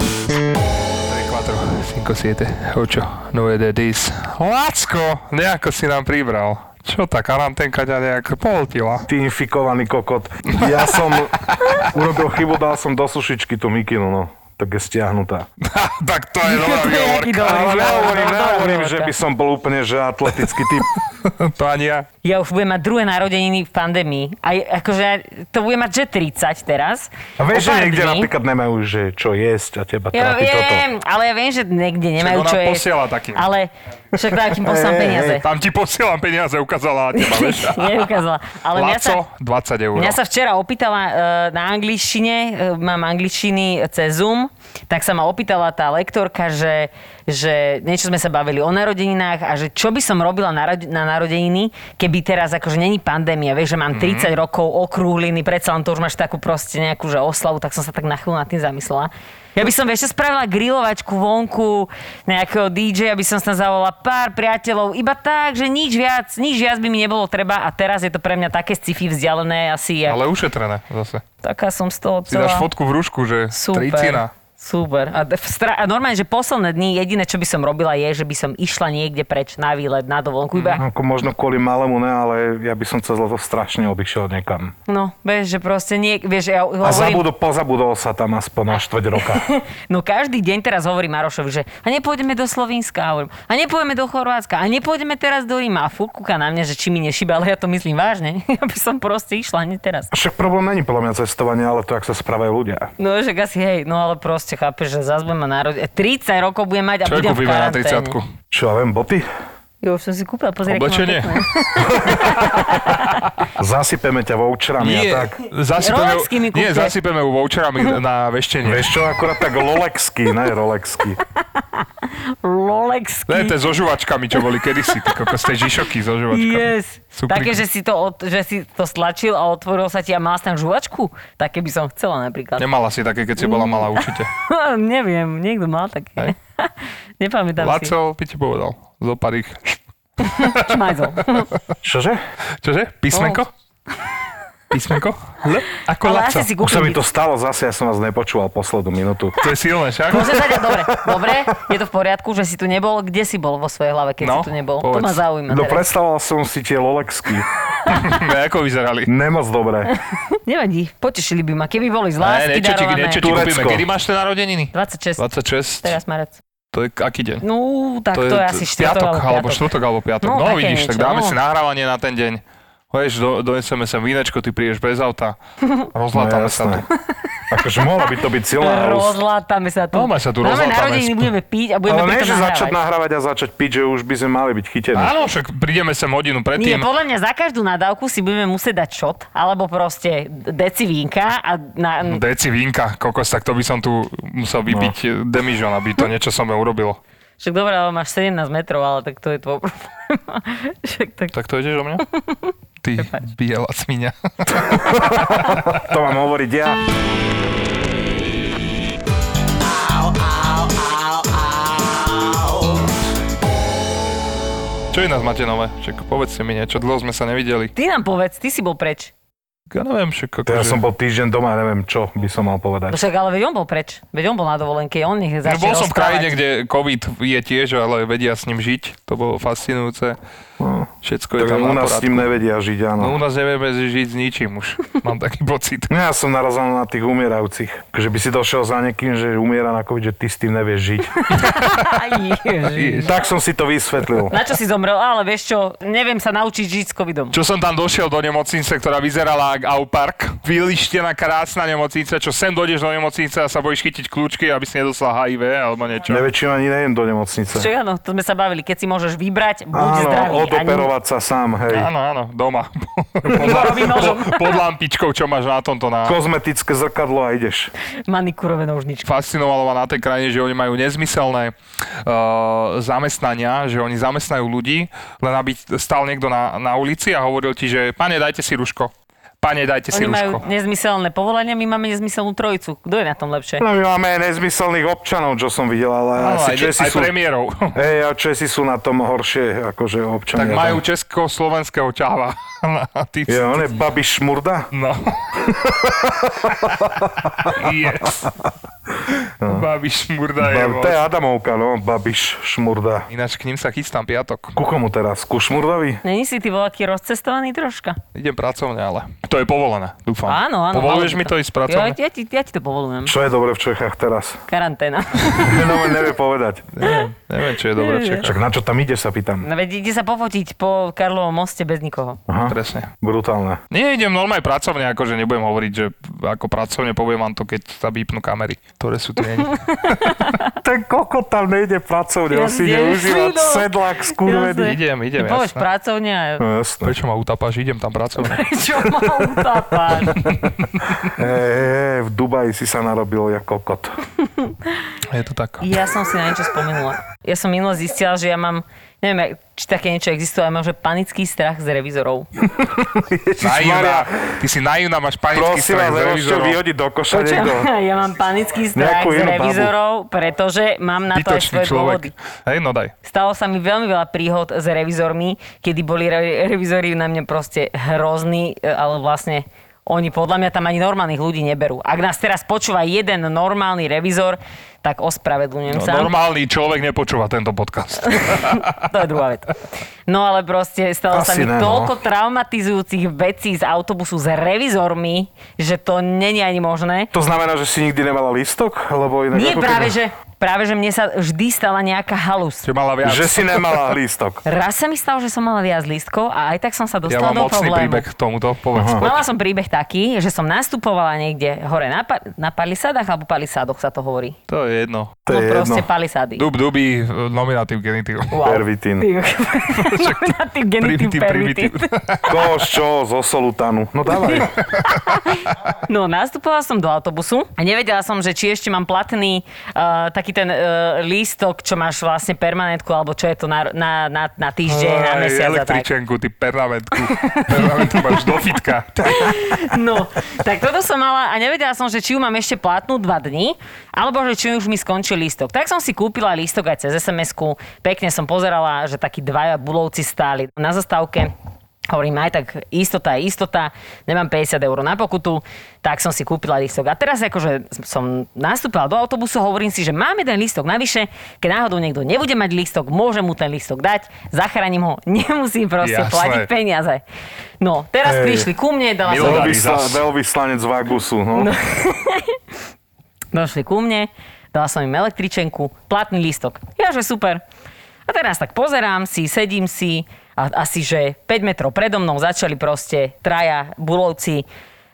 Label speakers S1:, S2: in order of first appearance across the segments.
S1: Tre, quattro, cinque, siete, ocho, nove, de, dis. Lacko, nejako si nám pribral. Čo tá karanténka ťa nejak poltila?
S2: ty infikovaný kokot. Ja som urobil chybu, dal som do sušičky tú mikinu, no. Tak je stiahnutá.
S1: tak to je dobrá
S3: To je jaký
S1: výhovorka.
S3: dobrý.
S2: No, Ale nehovorím,
S3: dobrá
S2: nehovorím,
S3: výhovorka.
S2: že by som bol úplne že atletický typ.
S1: to ani ja.
S3: Ja už budem mať druhé narodeniny v pandémii. Aj akože to budem mať že 30 teraz.
S2: A vieš,
S3: O
S2: že
S3: pár
S2: niekde
S3: dní.
S2: napríklad nemajú, že čo jesť a teba
S3: Ja
S2: trápi toto.
S3: viem, ale ja viem, že niekde nemajú
S1: ona
S3: čo jesť.
S1: posiela takým.
S3: Ale však takým poslám
S2: Hej, hej,
S3: peniaze.
S1: Tam ti posielam peniaze, ukázala a teba, vieš.
S3: Neukázala. Ale mňa sa,
S1: Laco, 20 eur.
S3: mňa sa včera opýtala e, na angličtine, e, mám angličtiny cez Zoom, tak sa ma opýtala tá lektorka, že, že niečo sme sa bavili o narodeninách a že čo by som robila na, rodi- na narodeniny, keby teraz akože není pandémia, vieš, že mám 30 rokov, okrúhliny, predsa len to už máš takú proste nejakú že oslavu, tak som sa tak na chvíľu nad tým zamyslela. Ja by som ešte spravila grilovačku vonku, nejakého DJ, aby som sa zavolala pár priateľov, iba tak, že nič viac, nič viac by mi nebolo treba a teraz je to pre mňa také sci-fi vzdialené asi. Ale...
S1: Ale ušetrené zase.
S3: Taká som z toho
S1: Si
S3: celá.
S1: dáš fotku v rúšku, že
S3: Super.
S1: tricina.
S3: Super. A, d- v stra- a normálne, že posledné dni jediné, čo by som robila, je, že by som išla niekde preč na výlet, na dovolenku.
S1: Mhm.
S3: Iba,
S2: Ako možno kvôli malému ne, ale ja by som cez leto strašne obišiel niekam.
S3: no, vieš, že proste nie, vieš, ja
S2: A
S3: hovorím,
S2: zabudol, pozabudol sa tam aspoň na štvrť roka.
S3: no každý deň teraz hovorí Marošovi, že a nepôjdeme do Slovenska, a hovorím, a nepôjdeme do Chorvátska, a nepôjdeme teraz do Ríma. A furt kúka na mňa, že či mi nešiba, ale ja to myslím vážne. Ja by som proste išla, nie teraz.
S2: Však problém není podľa mňa cestovanie, ale to, ak sa správajú ľudia.
S3: No, že asi hej, no ale proste chápeš, že zase budem mať národ... 30 rokov budem mať a
S1: Čo
S3: budem v
S1: kúpime na
S3: karanténe.
S1: 30
S2: Čo ja viem, boty?
S3: Jo, už som si kúpila, pozri, aké mám
S1: Oblečenie.
S3: pekné.
S2: Zasypeme ťa voucherami a tak.
S1: zasypeme,
S3: Rolexkými kúpte.
S1: nie, zasypeme ju voucherami na veštenie.
S2: Vieš čo, akurát tak Lolexky, ne Rolexky.
S3: Rolexky.
S1: Ne, to je so žuvačkami, čo boli kedysi, tak ako z tej žišoky so žuvačkami.
S3: Yes.
S1: Sú
S3: Také,
S1: pri-
S3: že si, to od, že si to stlačil a otvoril sa ti a mal si tam žuvačku? Také by som chcela napríklad.
S1: Nemala si také, keď si bola malá, určite.
S3: Neviem, niekto mal
S1: Hej.
S3: také. Nepamätám si.
S1: Laco by ti povedal, zo pár ich.
S3: Čmajzol.
S2: Čože?
S1: Čože? Písmenko? Písmenko? L? Ako
S3: Oh. Ale
S1: Laco.
S3: asi si
S2: Už sa mi to
S3: kúpim.
S2: stalo zase, ja som vás nepočúval poslednú minútu.
S1: To je silné, však?
S3: Môže sa ťa- dobre, dobre, je to v poriadku, že si tu nebol. Kde si bol vo svojej hlave, keď
S1: No,
S3: si tu nebol? To
S1: povedz.
S3: ma zaujíma.
S2: No
S3: teraz.
S2: predstavoval som si tie Lolexky.
S1: Ne, ako
S3: No,
S1: vyzerali?
S2: Nemoc dobré.
S3: Nevadí, potešili by ma, keby boli z
S1: Ne,
S3: lásky
S1: niečo ti,
S3: darované.
S1: niečo ti kúpime.
S2: Turecko.
S1: Kedy máš ten narodeniny?
S3: 26,
S1: 26.
S3: teraz marec.
S1: To je aký deň?
S3: No, tak to, je asi
S1: t-
S3: 4.
S1: piatok, alebo štvrtok, alebo piatok.
S3: No,
S1: No,
S3: také
S1: vidíš, tak
S3: niečo,
S1: dáme
S3: no.
S1: si nahrávanie na ten deň. Vieš, do, doneseme sem vínečko, ty prídeš bez auta. Rozlatáme sa tu.
S2: No, jasné. Akože mohla by to byť silná úst.
S3: Rozlátame sa tu.
S1: Normálne sa tu
S3: Máme
S1: rozlátáme.
S3: narodeniny, budeme piť a budeme
S2: Ale nie,
S3: pritom
S2: že začať
S3: nahrávať.
S2: nahrávať a začať piť, že už by sme mali byť chytení.
S1: Áno, však prídeme sem hodinu
S3: Nie,
S1: predtým.
S3: podľa mňa za každú nadávku si budeme musieť dať šot, alebo proste deci vínka a na...
S1: Mm. Deci vínka, kokos, tak to by som tu musel vybiť no. demižon, aby to niečo som urobil.
S3: Však dobré, ale máš 17 metrov, ale tak to je tvoj problém. Však tak...
S1: Tak to ideš do mňa? Ty biela smiňa.
S2: To mám hovoriť ja.
S1: Čo ináč máte nové? Však povedzte mi niečo, dlho sme sa nevideli.
S3: Ty nám povedz, ty si bol preč.
S1: Ja neviem, však ako,
S2: Teraz som bol týždeň doma, neviem čo by som mal povedať.
S3: No Však ale veď on bol preč. Veď on bol na dovolenke, on
S1: No,
S3: nech začne
S1: bol som v
S3: rozprávať.
S1: krajine, kde COVID je tiež, ale vedia s ním žiť. To bolo fascinujúce.
S2: No.
S1: Všetko je
S2: Tak
S1: tam
S2: u
S1: na
S2: nás s
S1: poriadku.
S2: tým nevedia žiť,
S1: No, u
S2: áno.
S1: nás nevieme žiť s ničím už. Mám taký pocit.
S2: No ja som narazil na tých umierajúcich. Že by si došiel za niekým, že umiera na COVID, že ty s tým nevieš žiť.
S3: Aj, ježiš.
S2: Tak som si to vysvetlil.
S3: Na čo si zomrel? Ale vieš čo, neviem sa naučiť žiť s covidom.
S1: Čo som tam došiel do nemocnice, ktorá vyzerala ako Aupark. Vylištená krásna nemocnica, čo sem dojdeš do nemocnice a sa bojíš chytiť kľúčky, aby si nedosla HIV alebo niečo.
S2: Neväčšina ani nejem do nemocnice.
S3: Čo áno, to sme sa bavili, keď si môžeš vybrať, buď
S2: Áno,
S3: zdravý.
S2: odoperovať sa sám, hej.
S1: Áno, áno, doma. pod,
S3: Igorovým nožom.
S1: pod, pod lampičkou, čo máš na tomto na...
S2: Kozmetické zrkadlo a ideš.
S3: manikúrové nožničky.
S1: fascinovalo ma na tej krajine, že oni majú nezmyselné uh, zamestnania, že oni zamestnajú ľudí, len aby stal niekto na, na ulici a hovoril ti, že pane, dajte si ruško. Pane, dajte si
S3: Oni majú
S1: ruško.
S3: nezmyselné povolania, my máme nezmyselnú trojicu. Kto je na tom lepšie?
S2: No my máme nezmyselných občanov, čo som videl, ale
S1: Áno, No,
S2: asi
S1: aj,
S2: Česi
S1: aj
S2: sú...
S1: premiérov.
S2: Hej, a Česi sú na tom horšie, akože
S1: tak
S2: občania.
S1: majú
S2: tam.
S1: československého ťava. A ty-
S2: Je, on je Babiš Šmurda?
S1: No. yes. Babiš Murda je
S2: Ba-
S1: moc.
S2: No. to je Adamovka, no, Babiš Šmurda.
S1: Ináč k ním sa chystám piatok.
S2: Ku komu teraz? Ku Šmurdovi?
S3: Není si ty voľaký rozcestovaný troška?
S1: Idem pracovne, ale to je povolené, dúfam.
S3: Áno, áno.
S1: No. Povoluješ
S3: malo
S1: mi
S3: by
S1: to ísť pracovne?
S3: Ja, ja, ti, ja ti to povolujem.
S2: Čo je dobre v Čechách teraz?
S3: Karanténa.
S2: No, nevie povedať.
S1: Neviem, neviem, čo je dobre v Čechách.
S2: Čak na čo tam ide, sa pýtam.
S3: No veď ide sa pofotiť po Karlovom moste bez nikoho.
S2: Aha,
S1: Presne.
S2: brutálne.
S1: Nie, idem normálne pracovne, akože nebudem hovoriť, že ako pracovne poviem vám to, keď sa vypnú kamery, ktoré sú tu nie.
S2: Ten kokot tam nejde pracovne,
S3: Ja
S2: on si
S3: si
S2: ide
S3: idem
S2: užívať
S3: všimnúť.
S2: sedlak
S3: Jasné.
S2: skurvený.
S1: idem, idem,
S3: Ty povieš
S1: jasné.
S3: pracovne a
S2: No, jasné.
S1: Prečo ma utapáš? Idem tam pracovne.
S3: čo ma utápáš?
S2: Hej, hej, v Dubaji si sa narobil ako kokot.
S1: Je to tak.
S3: Ja som si na niečo spomenula. Ja som minule zistila, že ja mám, neviem, či také niečo existuje, ale mám, že panický strach z revizorov.
S1: Naivná. Ty si naivná, máš panický
S2: Prosím
S1: strach
S2: vás,
S1: z
S2: ešte
S1: revizorov.
S2: vyhodiť do koša niekto.
S3: ja mám panický strach
S2: Nejakú
S3: z
S2: inú babu.
S3: revizorov, pretože mám na to aj
S1: Pitočný
S3: svoje
S1: človek.
S3: dôvody.
S1: Hej, no daj.
S3: Stalo sa mi veľmi veľa príhod s revizormi, kedy boli re- revizori na mňa proste hrozní, e, ale vlastne oni podľa mňa tam ani normálnych ľudí neberú. Ak nás teraz počúva jeden normálny revizor, tak ospravedlňujem
S1: No,
S3: sa.
S1: normálny človek nepočúva tento podcast.
S3: To je druhá vec. No ale proste stalo sa
S2: Asi
S3: mi
S2: ne, no.
S3: toľko traumatizujúcich vecí z autobusu s revizormi, že to není ani možné.
S2: To znamená, že si nikdy nemala lístok? Lebo inak
S3: Nie
S2: ako
S3: práve,
S2: keď-
S3: že, práve, že mne sa vždy stala nejaká halus.
S1: Čo mala viac.
S2: Že si nemala lístok.
S3: Raz sa mi stalo, že som mala viac lístkov a aj tak som sa
S1: Ja
S3: dostala
S1: mám
S3: do
S1: mocný
S3: problému.
S1: príbeh k tomuto, povedz.
S2: Aha.
S3: Mala som príbeh taký, že som nastupovala niekde hore na, pa- na palisádach, alebo palisádoch sa to hovorí.
S1: To je jedno.
S2: To je
S3: no proste
S2: jedno.
S3: palisády.
S1: Dub, duby, nominatív, genitív.
S2: Pervitín.
S3: Ty- Na tým genitív
S1: Primitív,
S3: permitív.
S1: primitív.
S2: Koš, čo, zo solutanu. No dávaj.
S3: No, nastupovala som do autobusu a nevedela som, že či ešte mám platný uh, taký ten uh, lístok, čo máš vlastne permanentku, alebo čo je to na, na, na, na týždeň, na
S1: Aj,
S3: mesiac a tak.
S1: Električenku, ty pernamentku. Pernamentu máš do fitka.
S3: No, tak toto som mala a nevedela som, že či ju mám ešte platnú dva dní, alebo že či už mi skončil lístok. Tak som si kúpila lístok aj cez SMS-ku. Pekne som pozerala, že takí dvaja bulovci stáli na zastávke. Hovorím aj tak, istota je istota, nemám 50 eur na pokutu, tak som si kúpila lístok. A teraz akože som nastúpila do autobusu, hovorím si, že máme ten lístok navyše, keď náhodou niekto nebude mať lístok, môžem mu ten lístok dať, zachránim ho, nemusím proste
S1: Jasné.
S3: platiť peniaze. No, teraz
S2: Hej.
S3: prišli ku mne, dala som
S1: Milá
S2: Veľvysla-
S1: zas.
S2: Veľvyslanec Vagusu. No.
S3: Došli ku mne, dala som im električenku, platný lístok. Ja, že super. A teraz tak pozerám si, sedím si a asi, že 5 metrov predo mnou začali proste traja bulovci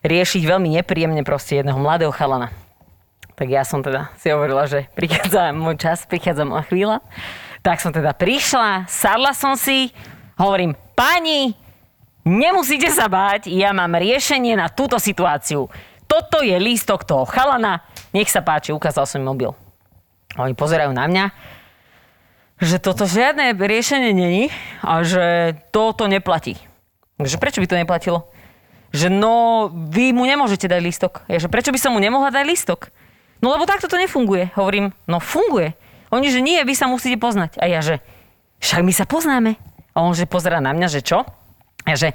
S3: riešiť veľmi nepríjemne proste jedného mladého chalana. Tak ja som teda si hovorila, že prichádza môj čas, prichádza moja chvíľa. Tak som teda prišla, sadla som si, hovorím, pani, Nemusíte sa báť, ja mám riešenie na túto situáciu. Toto je lístok toho chalana. Nech sa páči, ukázal som im mobil. A Oni pozerajú na mňa, že toto žiadne riešenie není a že toto neplatí. Že prečo by to neplatilo? Že no, vy mu nemôžete dať lístok. Ja, že prečo by som mu nemohla dať lístok? No lebo takto to nefunguje. Hovorím, no funguje. Oni, že nie, vy sa musíte poznať. A ja, že však my sa poznáme. A on, že pozera na mňa, že čo? A ja, že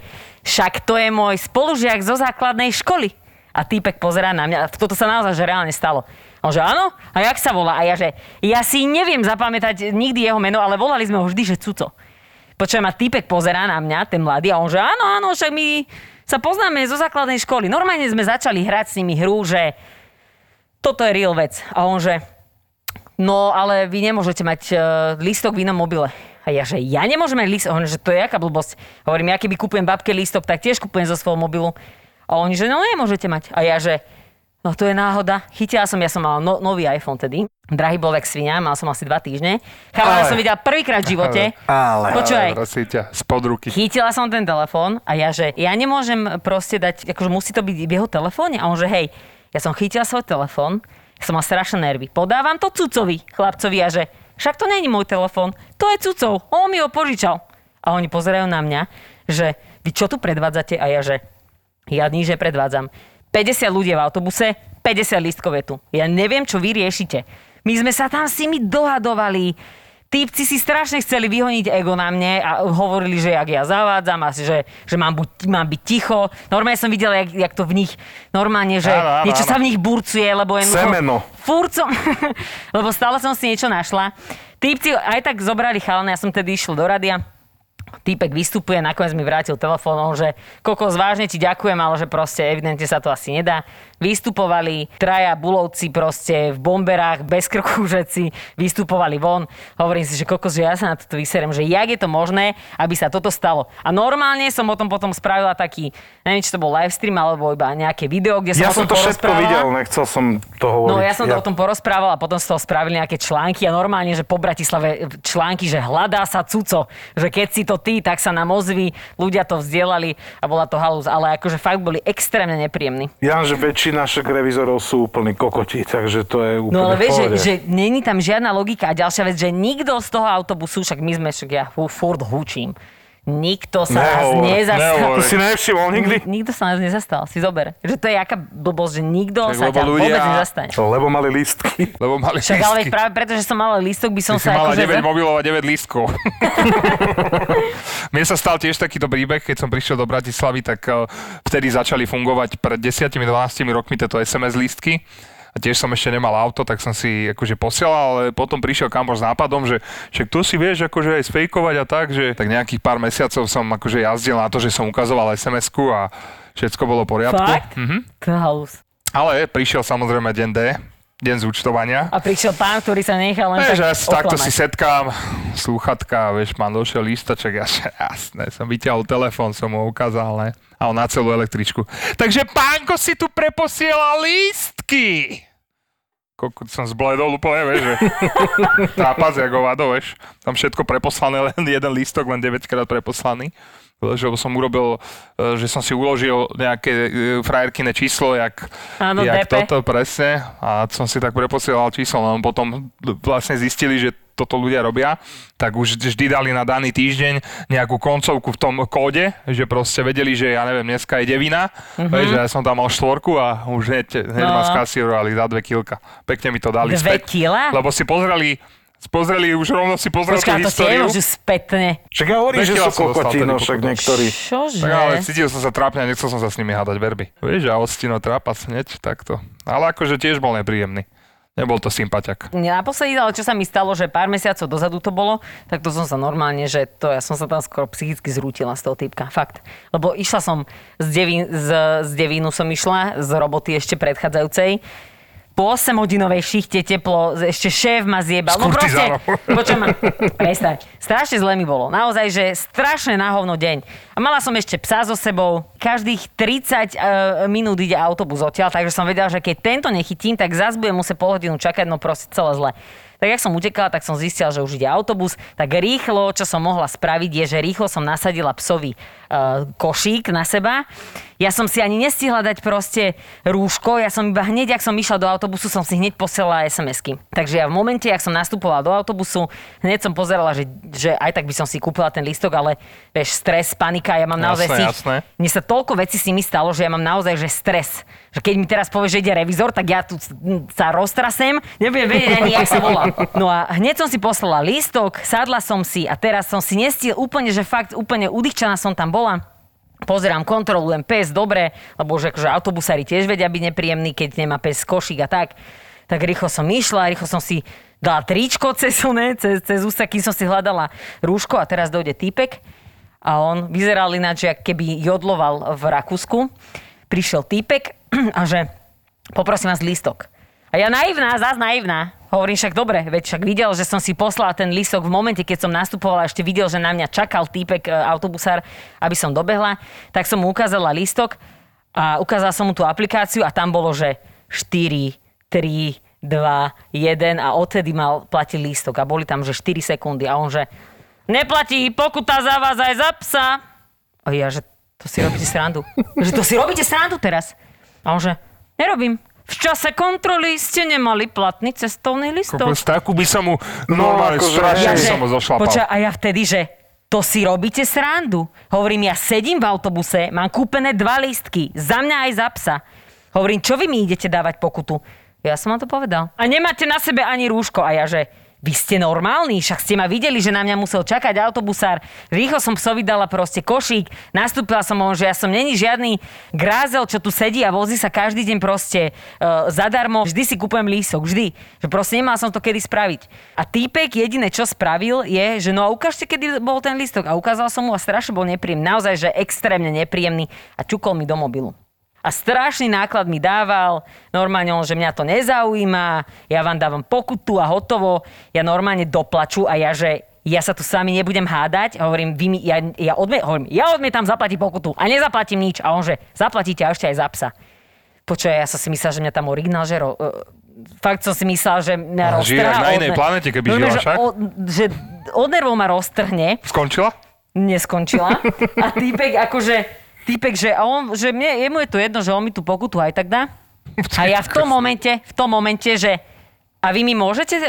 S3: však to je môj spolužiak zo základnej školy. A týpek pozerá na mňa. A toto sa naozaj že reálne stalo. A on, že áno? A jak sa volá? A ja, že ja si neviem zapamätať nikdy jeho meno, ale volali sme ho vždy, že Cuco. Počujem, a týpek pozerá na mňa, ten mladý, a on že áno, áno, však my sa poznáme zo základnej školy. Normálne sme začali hrať s nimi hru, že toto je real vec. A on že, no ale vy nemôžete mať uh, lístok v inom mobile. A ja, že ja nemôžem mať lístok. A on, že to je jaká blbosť. Hovorím, ja keby kúpujem babke lístok, tak tiež kúpujem zo svojho mobilu. A oni, že no nemôžete mať. A ja, že No to je náhoda. Chytila som, ja som mala no, nový iPhone tedy. Drahý bol jak svinia, mal som asi dva týždne.
S1: Ale.
S3: Chalana som videla prvýkrát v živote.
S2: Ale.
S3: Počúvaj,
S1: Prosím ťa, spod ruky.
S3: Chytila som ten telefón a ja, že ja nemôžem proste dať, akože musí to byť v jeho telefóne. A on, že hej, ja som chytila svoj telefón, som mal strašné nervy. Podávam to cucovi, chlapcovi a že však to není môj telefón, to je cucov, on mi ho požičal. A oni pozerajú na mňa, že vy čo tu predvádzate? A ja, že ja nič nepredvádzam. 50 ľudí je v autobuse, 50 lístkov je tu. Ja neviem, čo vy riešite. My sme sa tam s nimi dohadovali. Týpci si strašne chceli vyhoniť ego na mne a hovorili, že jak ja zavádzam a že, že mám, buď, mám byť ticho. Normálne som videla, jak, jak to v nich normálne, že
S1: Áno, áno,
S3: niečo
S1: áno.
S3: sa v nich burcuje, lebo je
S2: Semeno.
S3: Furt som, lebo stále som si niečo našla. Týpci aj tak zobrali chalana, ja som tedy išiel do radia. Týpek vystupuje, nakoniec mi vrátil telefónom, že kokos, vážne ti ďakujem, ale že proste evidentne sa to asi nedá. Vystupovali traja bulovci proste v bomberách, bez krku žeci, vystupovali von. Hovorím si, že kokos, že ja sa na toto vyserem, že jak je to možné, aby sa toto stalo. A normálne som o tom potom spravila taký, neviem, či to bol livestream alebo iba nejaké video, kde som
S2: Ja
S3: o
S2: som
S3: tom
S2: to všetko
S3: porozprávala.
S2: videl, nechcel som to hovoriť.
S3: No ja som to o tom porozprával a potom z toho spravili nejaké články a normálne, že po Bratislave eh, články, že hľadá sa cuco, že keď si to ty, tak sa nám ozví, ľudia to vzdielali a bola to halúz, ale akože fakt boli extrémne nepríjemní.
S2: Ja, že väčšina však revizorov sú úplní kokoti, takže to je
S1: Akože
S2: úplne
S3: No ale vieš,
S2: v pohode.
S3: že, že není tam žiadna logika. A ďalšia vec, že nikto z toho autobusu, však my sme, však ja hu- furt hučím, nikto sa
S1: No,
S3: nás
S2: Nehovor,
S3: nezastal.
S1: nehovor.
S2: To si nevšimol nikdy?
S3: Ni- Nikto sa nás nezastal, si zober. Že to je jaká blbosť, že nikto
S1: Tak
S3: sa
S1: lebo
S3: ťa
S1: ľudia-
S3: vôbec nezastane.
S2: No, Lebo mali lístky.
S1: Lebo mali
S3: Však ale veď
S1: lístky.
S3: práve preto, že som mala lístok, by som
S1: Ty si
S3: sa
S1: mala
S3: akože...
S1: 9 mobilov a 9 lístkov. Mne sa stal tiež takýto príbeh, keď som prišiel do Bratislavy, tak eh, vtedy začali fungovať pred 10-12 rokmi tieto SMS lístky. A tiež som ešte nemal auto, tak som si akože posielal, ale potom prišiel kamoš s nápadom, že však tu si vieš akože aj sfejkovať a tak, že tak nejakých pár mesiacov som akože jazdil na to, že som ukazoval SMS-ku a všetko bolo v poriadku.
S3: Fakt?
S1: Mhm.
S3: To je halus.
S1: Ale prišiel samozrejme deň D, deň zúčtovania.
S3: A prišiel pán, ktorý sa nechal len
S1: Vieš,
S3: tak
S1: ja si takto si
S3: oklamať.
S1: setkám, sluchatka, vieš, mám došiel lístoček, ja že jasné, som vyťahol telefón, som ho ukázal, ne? A on na celú električku. Takže pánko si tu preposielal lístky! Kokot som zbledol úplne, vieš, že trápac jak hovado, vieš. Tam všetko preposlané, len jeden lístok, len 9 krát preposlaný. Lebo som urobil, e, že som si uložil nejaké e, frajerkine číslo, jak
S3: Áno,
S1: jak
S3: DP.
S1: toto, presne. A som si tak preposielal číslo, no potom vlastne zistili, že toto ľudia robia, tak už vždy dali na daný týždeň nejakú koncovku v tom kóde, že proste vedeli, že ja neviem, dneska je devina, mm-hmm. že ja som tam mal štvorku a už hneď, hneď no. ma
S3: Mhm. No.
S1: skasírovali za dve kilka. Pekne mi to dali
S3: Dve
S1: späť.
S3: kila?
S1: Lebo si pozreli, pozreli, už rovno si pozreli
S3: Počkaj,
S1: tú
S3: to
S1: históriu.
S3: tiež už spätne.
S2: Však ja hovorím, že
S1: Veď ja
S2: sú
S1: som dostal
S2: kokoti,
S1: tedy
S2: no však
S1: pokutu.
S2: niektorí.
S3: Čože?
S1: Tak ale cítil som sa trápne a nechcel som sa s nimi hádať verby. Vieš, a odstino trápac hneď takto. Ale akože tiež bol nepríjemný. Nebol to sympaťak.
S3: Naposledy, ale čo sa mi stalo, že pár mesiacov dozadu to bolo, tak to som sa normálne, že to ja som sa tam skoro psychicky zrútila z toho typka, fakt. Lebo išla som z, devín, z, z devínu som išla, z roboty ešte predchádzajúcej, po 8 hodinovej šichte teplo, ešte šéf ma zjebal. No
S1: S kurtizánom.
S3: počujem ma, prestaň. Strašne zle mi bolo. Naozaj, že strašne na hovno deň. A mala som ešte psa so sebou. Každých 30 e, minút ide autobus odtiaľ, takže som vedela, že keď tento nechytím, tak zás budem musieť pol hodinu čakať, no proste celé zle. Tak jak som utekala, tak som zistila, že už ide autobus, tak rýchlo, čo som mohla spraviť, je, že rýchlo som nasadila psovi uh, košík na seba. Ja som si ani nestihla dať proste rúško, ja som iba hneď, ak som išla do autobusu, som si hneď posielala SMS-ky. Takže ja v momente, ak som nastupovala do autobusu, hneď som pozerala, že, že aj tak by som si kúpila ten listok, ale vieš, stres, panika, ja mám naozaj
S1: Jasné,
S3: si...
S1: jasné.
S3: Mne sa toľko vecí s nimi stalo, že ja mám naozaj že stres. Že keď mi teraz povie, že ide revizor, tak ja tu mm, sa roztrasem, nebudem vedieť ani, jak sa volá. No a hneď som si poslala lístok, sadla som si a teraz som si nestiel úplne, že fakt úplne udýchčaná som tam bola. Pozerám, kontrolujem pes, dobre, lebo že akože autobusári tiež vedia byť nepríjemní, keď nemá pes košík a tak. Tak rýchlo som išla, rýchlo som si dala tričko cez, ne, cez, cez ústa, kým som si hľadala rúško a teraz dojde týpek a on vyzeral ináč, že keby jodloval v Rakúsku. Prišiel týpek a že poprosím vás lístok. A ja naivná, zás naivná. Hovorím však dobre, veď však videl, že som si poslala ten lístok v momente, keď som nastupovala, ešte videl, že na mňa čakal týpek e, autobusár, aby som dobehla, tak som mu ukázala lístok a ukázala som mu tú aplikáciu a tam bolo, že 4, 3, 2, 1 a odtedy mal platil lístok a boli tam, že 4 sekundy a on že neplatí pokuta za vás aj za psa. A ja, že to si robíte srandu. Že to si robíte srandu teraz. A on že, nerobím. V čase kontroly ste nemali platný cestovný listok.
S1: Kokos, takú by som mu normálne
S2: akože-
S1: strašne
S2: Ja,
S1: by
S3: že-
S1: som ho zošlapal.
S3: Počúva, a ja vtedy, že to si robíte srandu. Hovorím, ja sedím v autobuse, mám kúpené dva lístky, za mňa aj za psa. Hovorím, čo vy mi idete dávať pokutu? Ja som vám to povedal. A nemáte na sebe ani rúško. A ja, že vy ste normálni, však ste ma videli, že na mňa musel čakať autobusár. Rýchlo som psovi dala proste košík, nastúpila som ho, že ja som není žiadny grázel, čo tu sedí a vozí sa každý deň proste e, zadarmo. Vždy si kúpujem lísok, vždy. Že proste nemal som to kedy spraviť. A týpek jediné, čo spravil, je, že no a ukážte, kedy bol ten lístok. A ukázal som mu a strašne bol nepríjemný. Naozaj, že extrémne nepríjemný. A čukol mi do mobilu. A strašný náklad mi dával, normálne on, že mňa to nezaujíma, ja vám dávam pokutu a hotovo, ja normálne doplaču a ja, že ja sa tu s vami nebudem hádať, a hovorím, vy mi, ja, ja, odme, hovorím, ja odmietam zaplatiť pokutu a nezaplatím nič. A on, že zaplatíte a ešte aj za psa. Počuj, ja som si myslel, že mňa tam originál, že ro, e, fakt som si myslel, že mňa
S1: A žije
S3: roztrhá.
S1: na
S3: od
S1: inej
S3: ne-
S1: planete, keby
S3: Normálne,
S1: žila
S3: že
S1: však.
S3: od- že od nervov ma roztrhne
S1: Skončila?
S3: neskončila. A týpek akože, týpek, že, a on, že mne, jemu je to jedno, že on mi tú pokutu aj tak dá. A ja v tom momente, v tom momente, že a vy mi môžete e,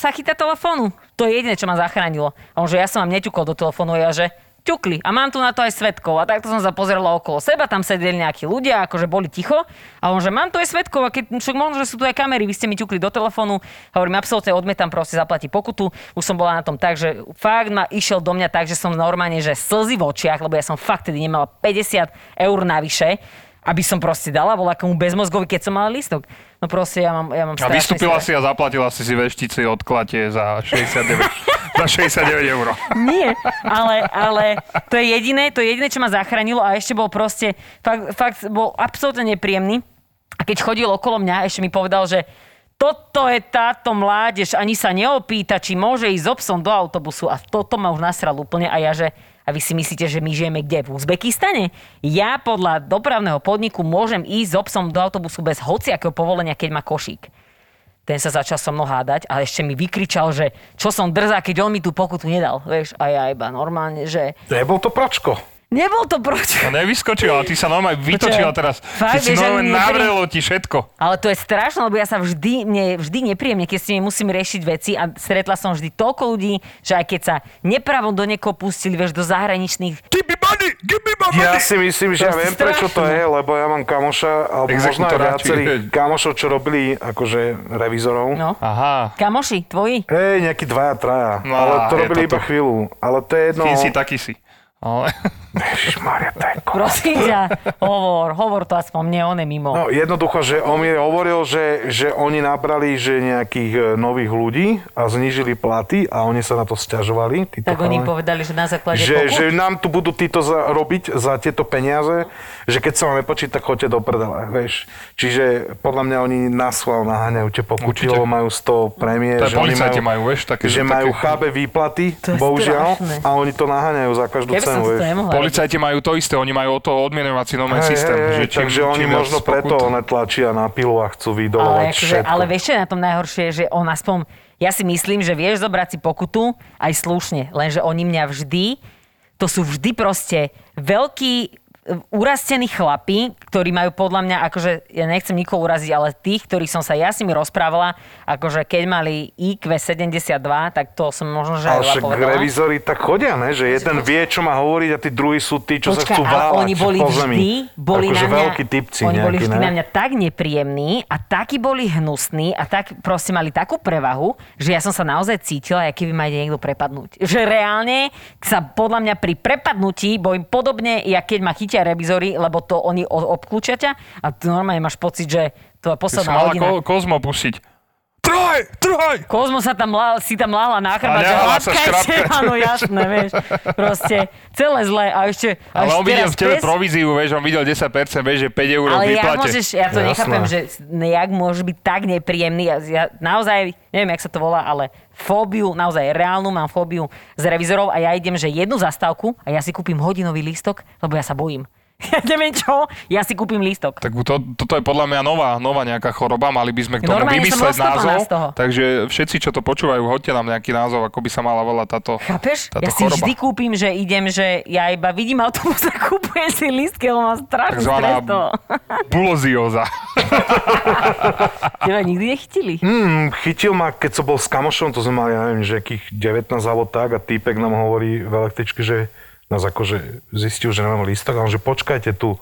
S3: sa chytať telefónu? To je jediné, čo ma zachránilo. A on, že ja som vám neťukol do telefónu, ja, že ťukli. A mám tu na to aj svetkov. A takto som sa pozerala okolo seba, tam sedeli nejakí ľudia, akože boli ticho. A on, že mám tu aj svetkov, a keď, však možno, že sú tu aj kamery, vy ste mi ťukli do telefónu. Hovorím, absolútne odmetam, proste zaplatí pokutu. Už som bola na tom tak, že fakt ma išiel do mňa tak, že som normálne, že slzy v očiach, lebo ja som fakt tedy nemala 50 eur navyše aby som proste dala voľakomu bezmozgovi, keď som mala lístok. No proste, ja mám, ja mám
S1: A
S3: strašný
S1: vystúpila
S3: strach.
S1: si a zaplatila si si veštici od klate za 69, za 69 eur.
S3: Nie, ale, ale to je jediné, to je jediné, čo ma zachránilo a ešte bol proste, fakt, fakt bol absolútne nepríjemný. A keď chodil okolo mňa, ešte mi povedal, že toto je táto mládež, ani sa neopýta, či môže ísť s obsom do autobusu. A toto ma už nasral úplne a ja, že a vy si myslíte, že my žijeme kde? V Uzbekistane? Ja podľa dopravného podniku môžem ísť s obsom do autobusu bez hociakého povolenia, keď má košík ten sa začal so mnou hádať a ešte mi vykričal, že čo som drzá, keď on mi tú pokutu nedal. Vieš, a ja iba normálne, že
S2: Nebol to pračko.
S3: nebol to proti.
S1: No nevyskočila, ty sa normálne vytočila
S3: Počkaj,
S1: teraz.
S3: fakt,
S1: Ty si
S3: vieš, ani
S1: normálne
S3: niekedy-
S1: navrelo ti všetko.
S3: Ale to je strašné, lebo ja sa vždy, mne je vždy nepríjemne, keď s nimi musím riešiť veci a stretla som vždy toľko ľudí, že aj keď sa nepravom do niekoho pustili, vieš, do zahraničných
S1: Give me money, give me my
S2: Ja
S1: money.
S2: si myslím, že ja
S3: Proste
S2: viem, prečo to je, lebo ja mám kamoša, alebo možno aj
S1: Exekutora, či-
S2: viacerých kamošov, čo robili akože revizorov.
S3: No.
S1: Aha,
S3: kamoši, tvoji.
S2: Hej, nejakí dvaja, traja.
S1: No,
S2: ale to
S1: je
S2: robili
S1: toto.
S2: iba chvíľu. Ale to je jedno.
S1: ty si taký si. Ale...
S2: Ježišmarja, to je ko-
S3: Prosím ťa, hovor, hovor to aspoň mne, on je mimo.
S2: No, jednoducho, že on mi hovoril, že, že oni nabrali že nejakých e, nových ľudí a znížili platy a oni sa na to stiažovali. Títo
S3: tak
S2: chalani.
S3: oni povedali, že na základe
S2: no. že,
S3: pokut-
S2: že nám tu budú títo za, robiť za tieto peniaze, že keď sa vám nepočí, tak choďte do prdele, vieš. Čiže podľa mňa oni nás schvál naháňajú tie
S1: Určite.
S2: pokuty, lebo majú 100 premiér,
S1: To je policajti majú, vieš, také, že
S2: že, majú
S1: také-
S2: chábe výplaty,
S3: To je
S2: bohužiaľ,
S3: strašné.
S2: a oni to naháňajú za každú
S3: Keby
S2: cenu,
S3: som to
S2: vieš.
S3: nemohla. robiť.
S1: Policajti majú to isté, oni majú o to odmienovací nové
S2: Hej,
S1: systém.
S2: hej,
S1: že
S2: hej, takže oni
S1: viac
S2: možno preto
S1: pokut.
S2: netlačia na pilu a chcú vydolovať
S3: Ale, akože,
S2: všetko.
S3: ale vieš, čo je na tom najhoršie, že on aspoň, ja si myslím, že vieš zobrať si pokutu aj slušne, lenže oni mňa vždy, to sú vždy proste veľkí e, urastení chlapí, ktorí majú podľa mňa, akože ja nechcem nikoho uraziť, ale tých, ktorých som sa ja s nimi rozprávala, akože keď mali IQ 72, tak to som možno, že aj
S2: Ale
S3: veľa
S2: však
S3: povedala.
S2: revizory tak chodia, ne? že jeden vie, čo má hovoriť a tí druhí sú tí, čo
S3: Počkaj,
S2: sa chcú
S3: ale
S2: váľať
S3: oni boli
S2: po zemi.
S3: vždy, boli
S2: akože
S3: na mňa,
S2: veľkí typci
S3: oni
S2: nejakí,
S3: boli vždy
S2: ne?
S3: na mňa tak nepríjemní a takí boli hnusní a tak proste mali takú prevahu, že ja som sa naozaj cítila, ako keby ma ide niekto prepadnúť. Že reálne sa podľa mňa pri prepadnutí bojím podobne, jak keď ma chytia revizory, lebo to oni o- obklúčia ťa a ty normálne máš pocit, že to je
S1: Ty si
S3: posledná
S1: mala
S3: hodina.
S1: ko- kozmo pustiť. Troj, troj!
S3: Kozmo sa tam lá, si tam lála na chrbát, že
S1: ľahala sa
S3: hladkajte,
S1: škrabkať.
S3: áno, jasné, vieš. Proste celé zlé a ešte... a
S1: Ale
S3: ešte
S1: on videl
S3: teraz
S1: v tebe
S3: pes-
S1: províziu, vieš, on videl 10%, vieš, že 5 eur
S3: Ale jak
S1: vyplate.
S3: môžeš, ja to
S2: Jasné.
S3: nechápem, že s- ne- jak môže byť tak nepríjemný. Ja, ja naozaj, neviem, jak sa to volá, ale fóbiu, naozaj reálnu mám fóbiu z revizorov a ja idem, že jednu zastávku a ja si kúpim hodinový lístok, lebo ja sa bojím. Ja neviem čo, ja si kúpim lístok.
S1: Tak to, toto je podľa mňa nová, nová nejaká choroba, mali by sme k tomu
S3: Normálne som
S1: vymysleť
S3: rozkopaná z
S1: názov.
S3: toho.
S1: Takže všetci, čo to počúvajú, hoďte nám nejaký názov, ako by sa mala volať táto,
S3: Chápeš?
S1: táto
S3: ja si
S1: choroba.
S3: vždy kúpim, že idem, že ja iba vidím autobus a kúpujem si lístky, lebo mám strašný
S1: Takzvaná
S3: stres z toho.
S1: bulozioza.
S3: Teba nikdy nechytili.
S2: Mm, chytil ma, keď som bol s kamošom, to sme mali, ja neviem, že akých 19 alebo tak a týpek nám hovorí v električke, že nás akože zistil, že nemám lístok a on že počkajte tu.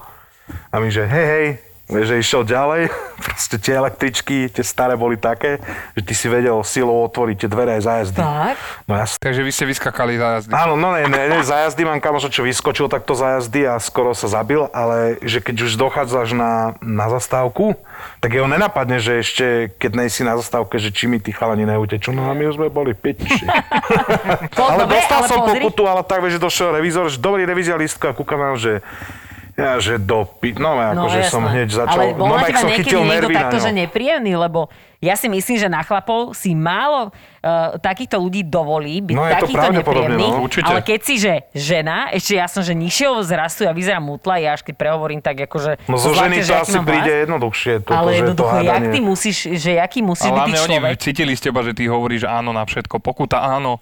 S2: A my že hej, hej, vieš, že išiel ďalej, proste tie električky, tie staré boli také, že ty si vedel silou otvoriť tie dvere aj za jazdy.
S3: Tak.
S2: No ja s-
S1: Takže vy ste vyskakali za jazdy.
S2: Áno, no ne, ne, ne, za jazdy mám kamoša, čo vyskočil takto za jazdy a skoro sa zabil, ale že keď už dochádzaš na, na zastávku, tak jeho nenapadne, že ešte keď nejsi na zastávke, že či mi tí chalani neutečú, no a my už sme boli piči.
S3: Po-
S2: ale
S3: dobre,
S2: dostal
S3: ale
S2: som
S3: pozri.
S2: pokutu, ale tak, vieš, že došiel revízor, že dobrý revízia lístka a kúkam nám, že ja, že do pi... No, ja,
S3: No,
S2: akože
S3: jasné.
S2: som hneď začal...
S3: Ale bol
S2: no,
S3: na
S2: tak
S3: teba
S2: som
S3: niekedy
S2: chytil
S3: niekto
S2: nervy na
S3: takto,
S2: ňo.
S3: že nepríjemný, lebo ja si myslím, že na chlapov si málo uh, takýchto ľudí dovolí byť
S2: No, je to
S3: takýchto
S2: pravdepodobne,
S3: nepríjemných.
S1: no, určite.
S3: ale keď si, že žena, ešte ja som, že nižšieho zrastu, ja vyzerám mutla, ja až keď prehovorím, tak akože...
S2: No, zo
S3: zvlášť,
S2: ženy to
S3: že aký
S2: asi
S3: mám
S2: príde
S3: hlas.
S2: jednoduchšie. To, to,
S3: Ale
S2: že to
S3: jednoducho, jak
S2: hádanie.
S3: ty musíš, že jaký musíš
S1: Ale
S3: byť
S1: hlavne
S3: ty
S1: oni
S3: človek?
S1: cítili z teba, že ty hovoríš áno na všetko. Pokuta áno.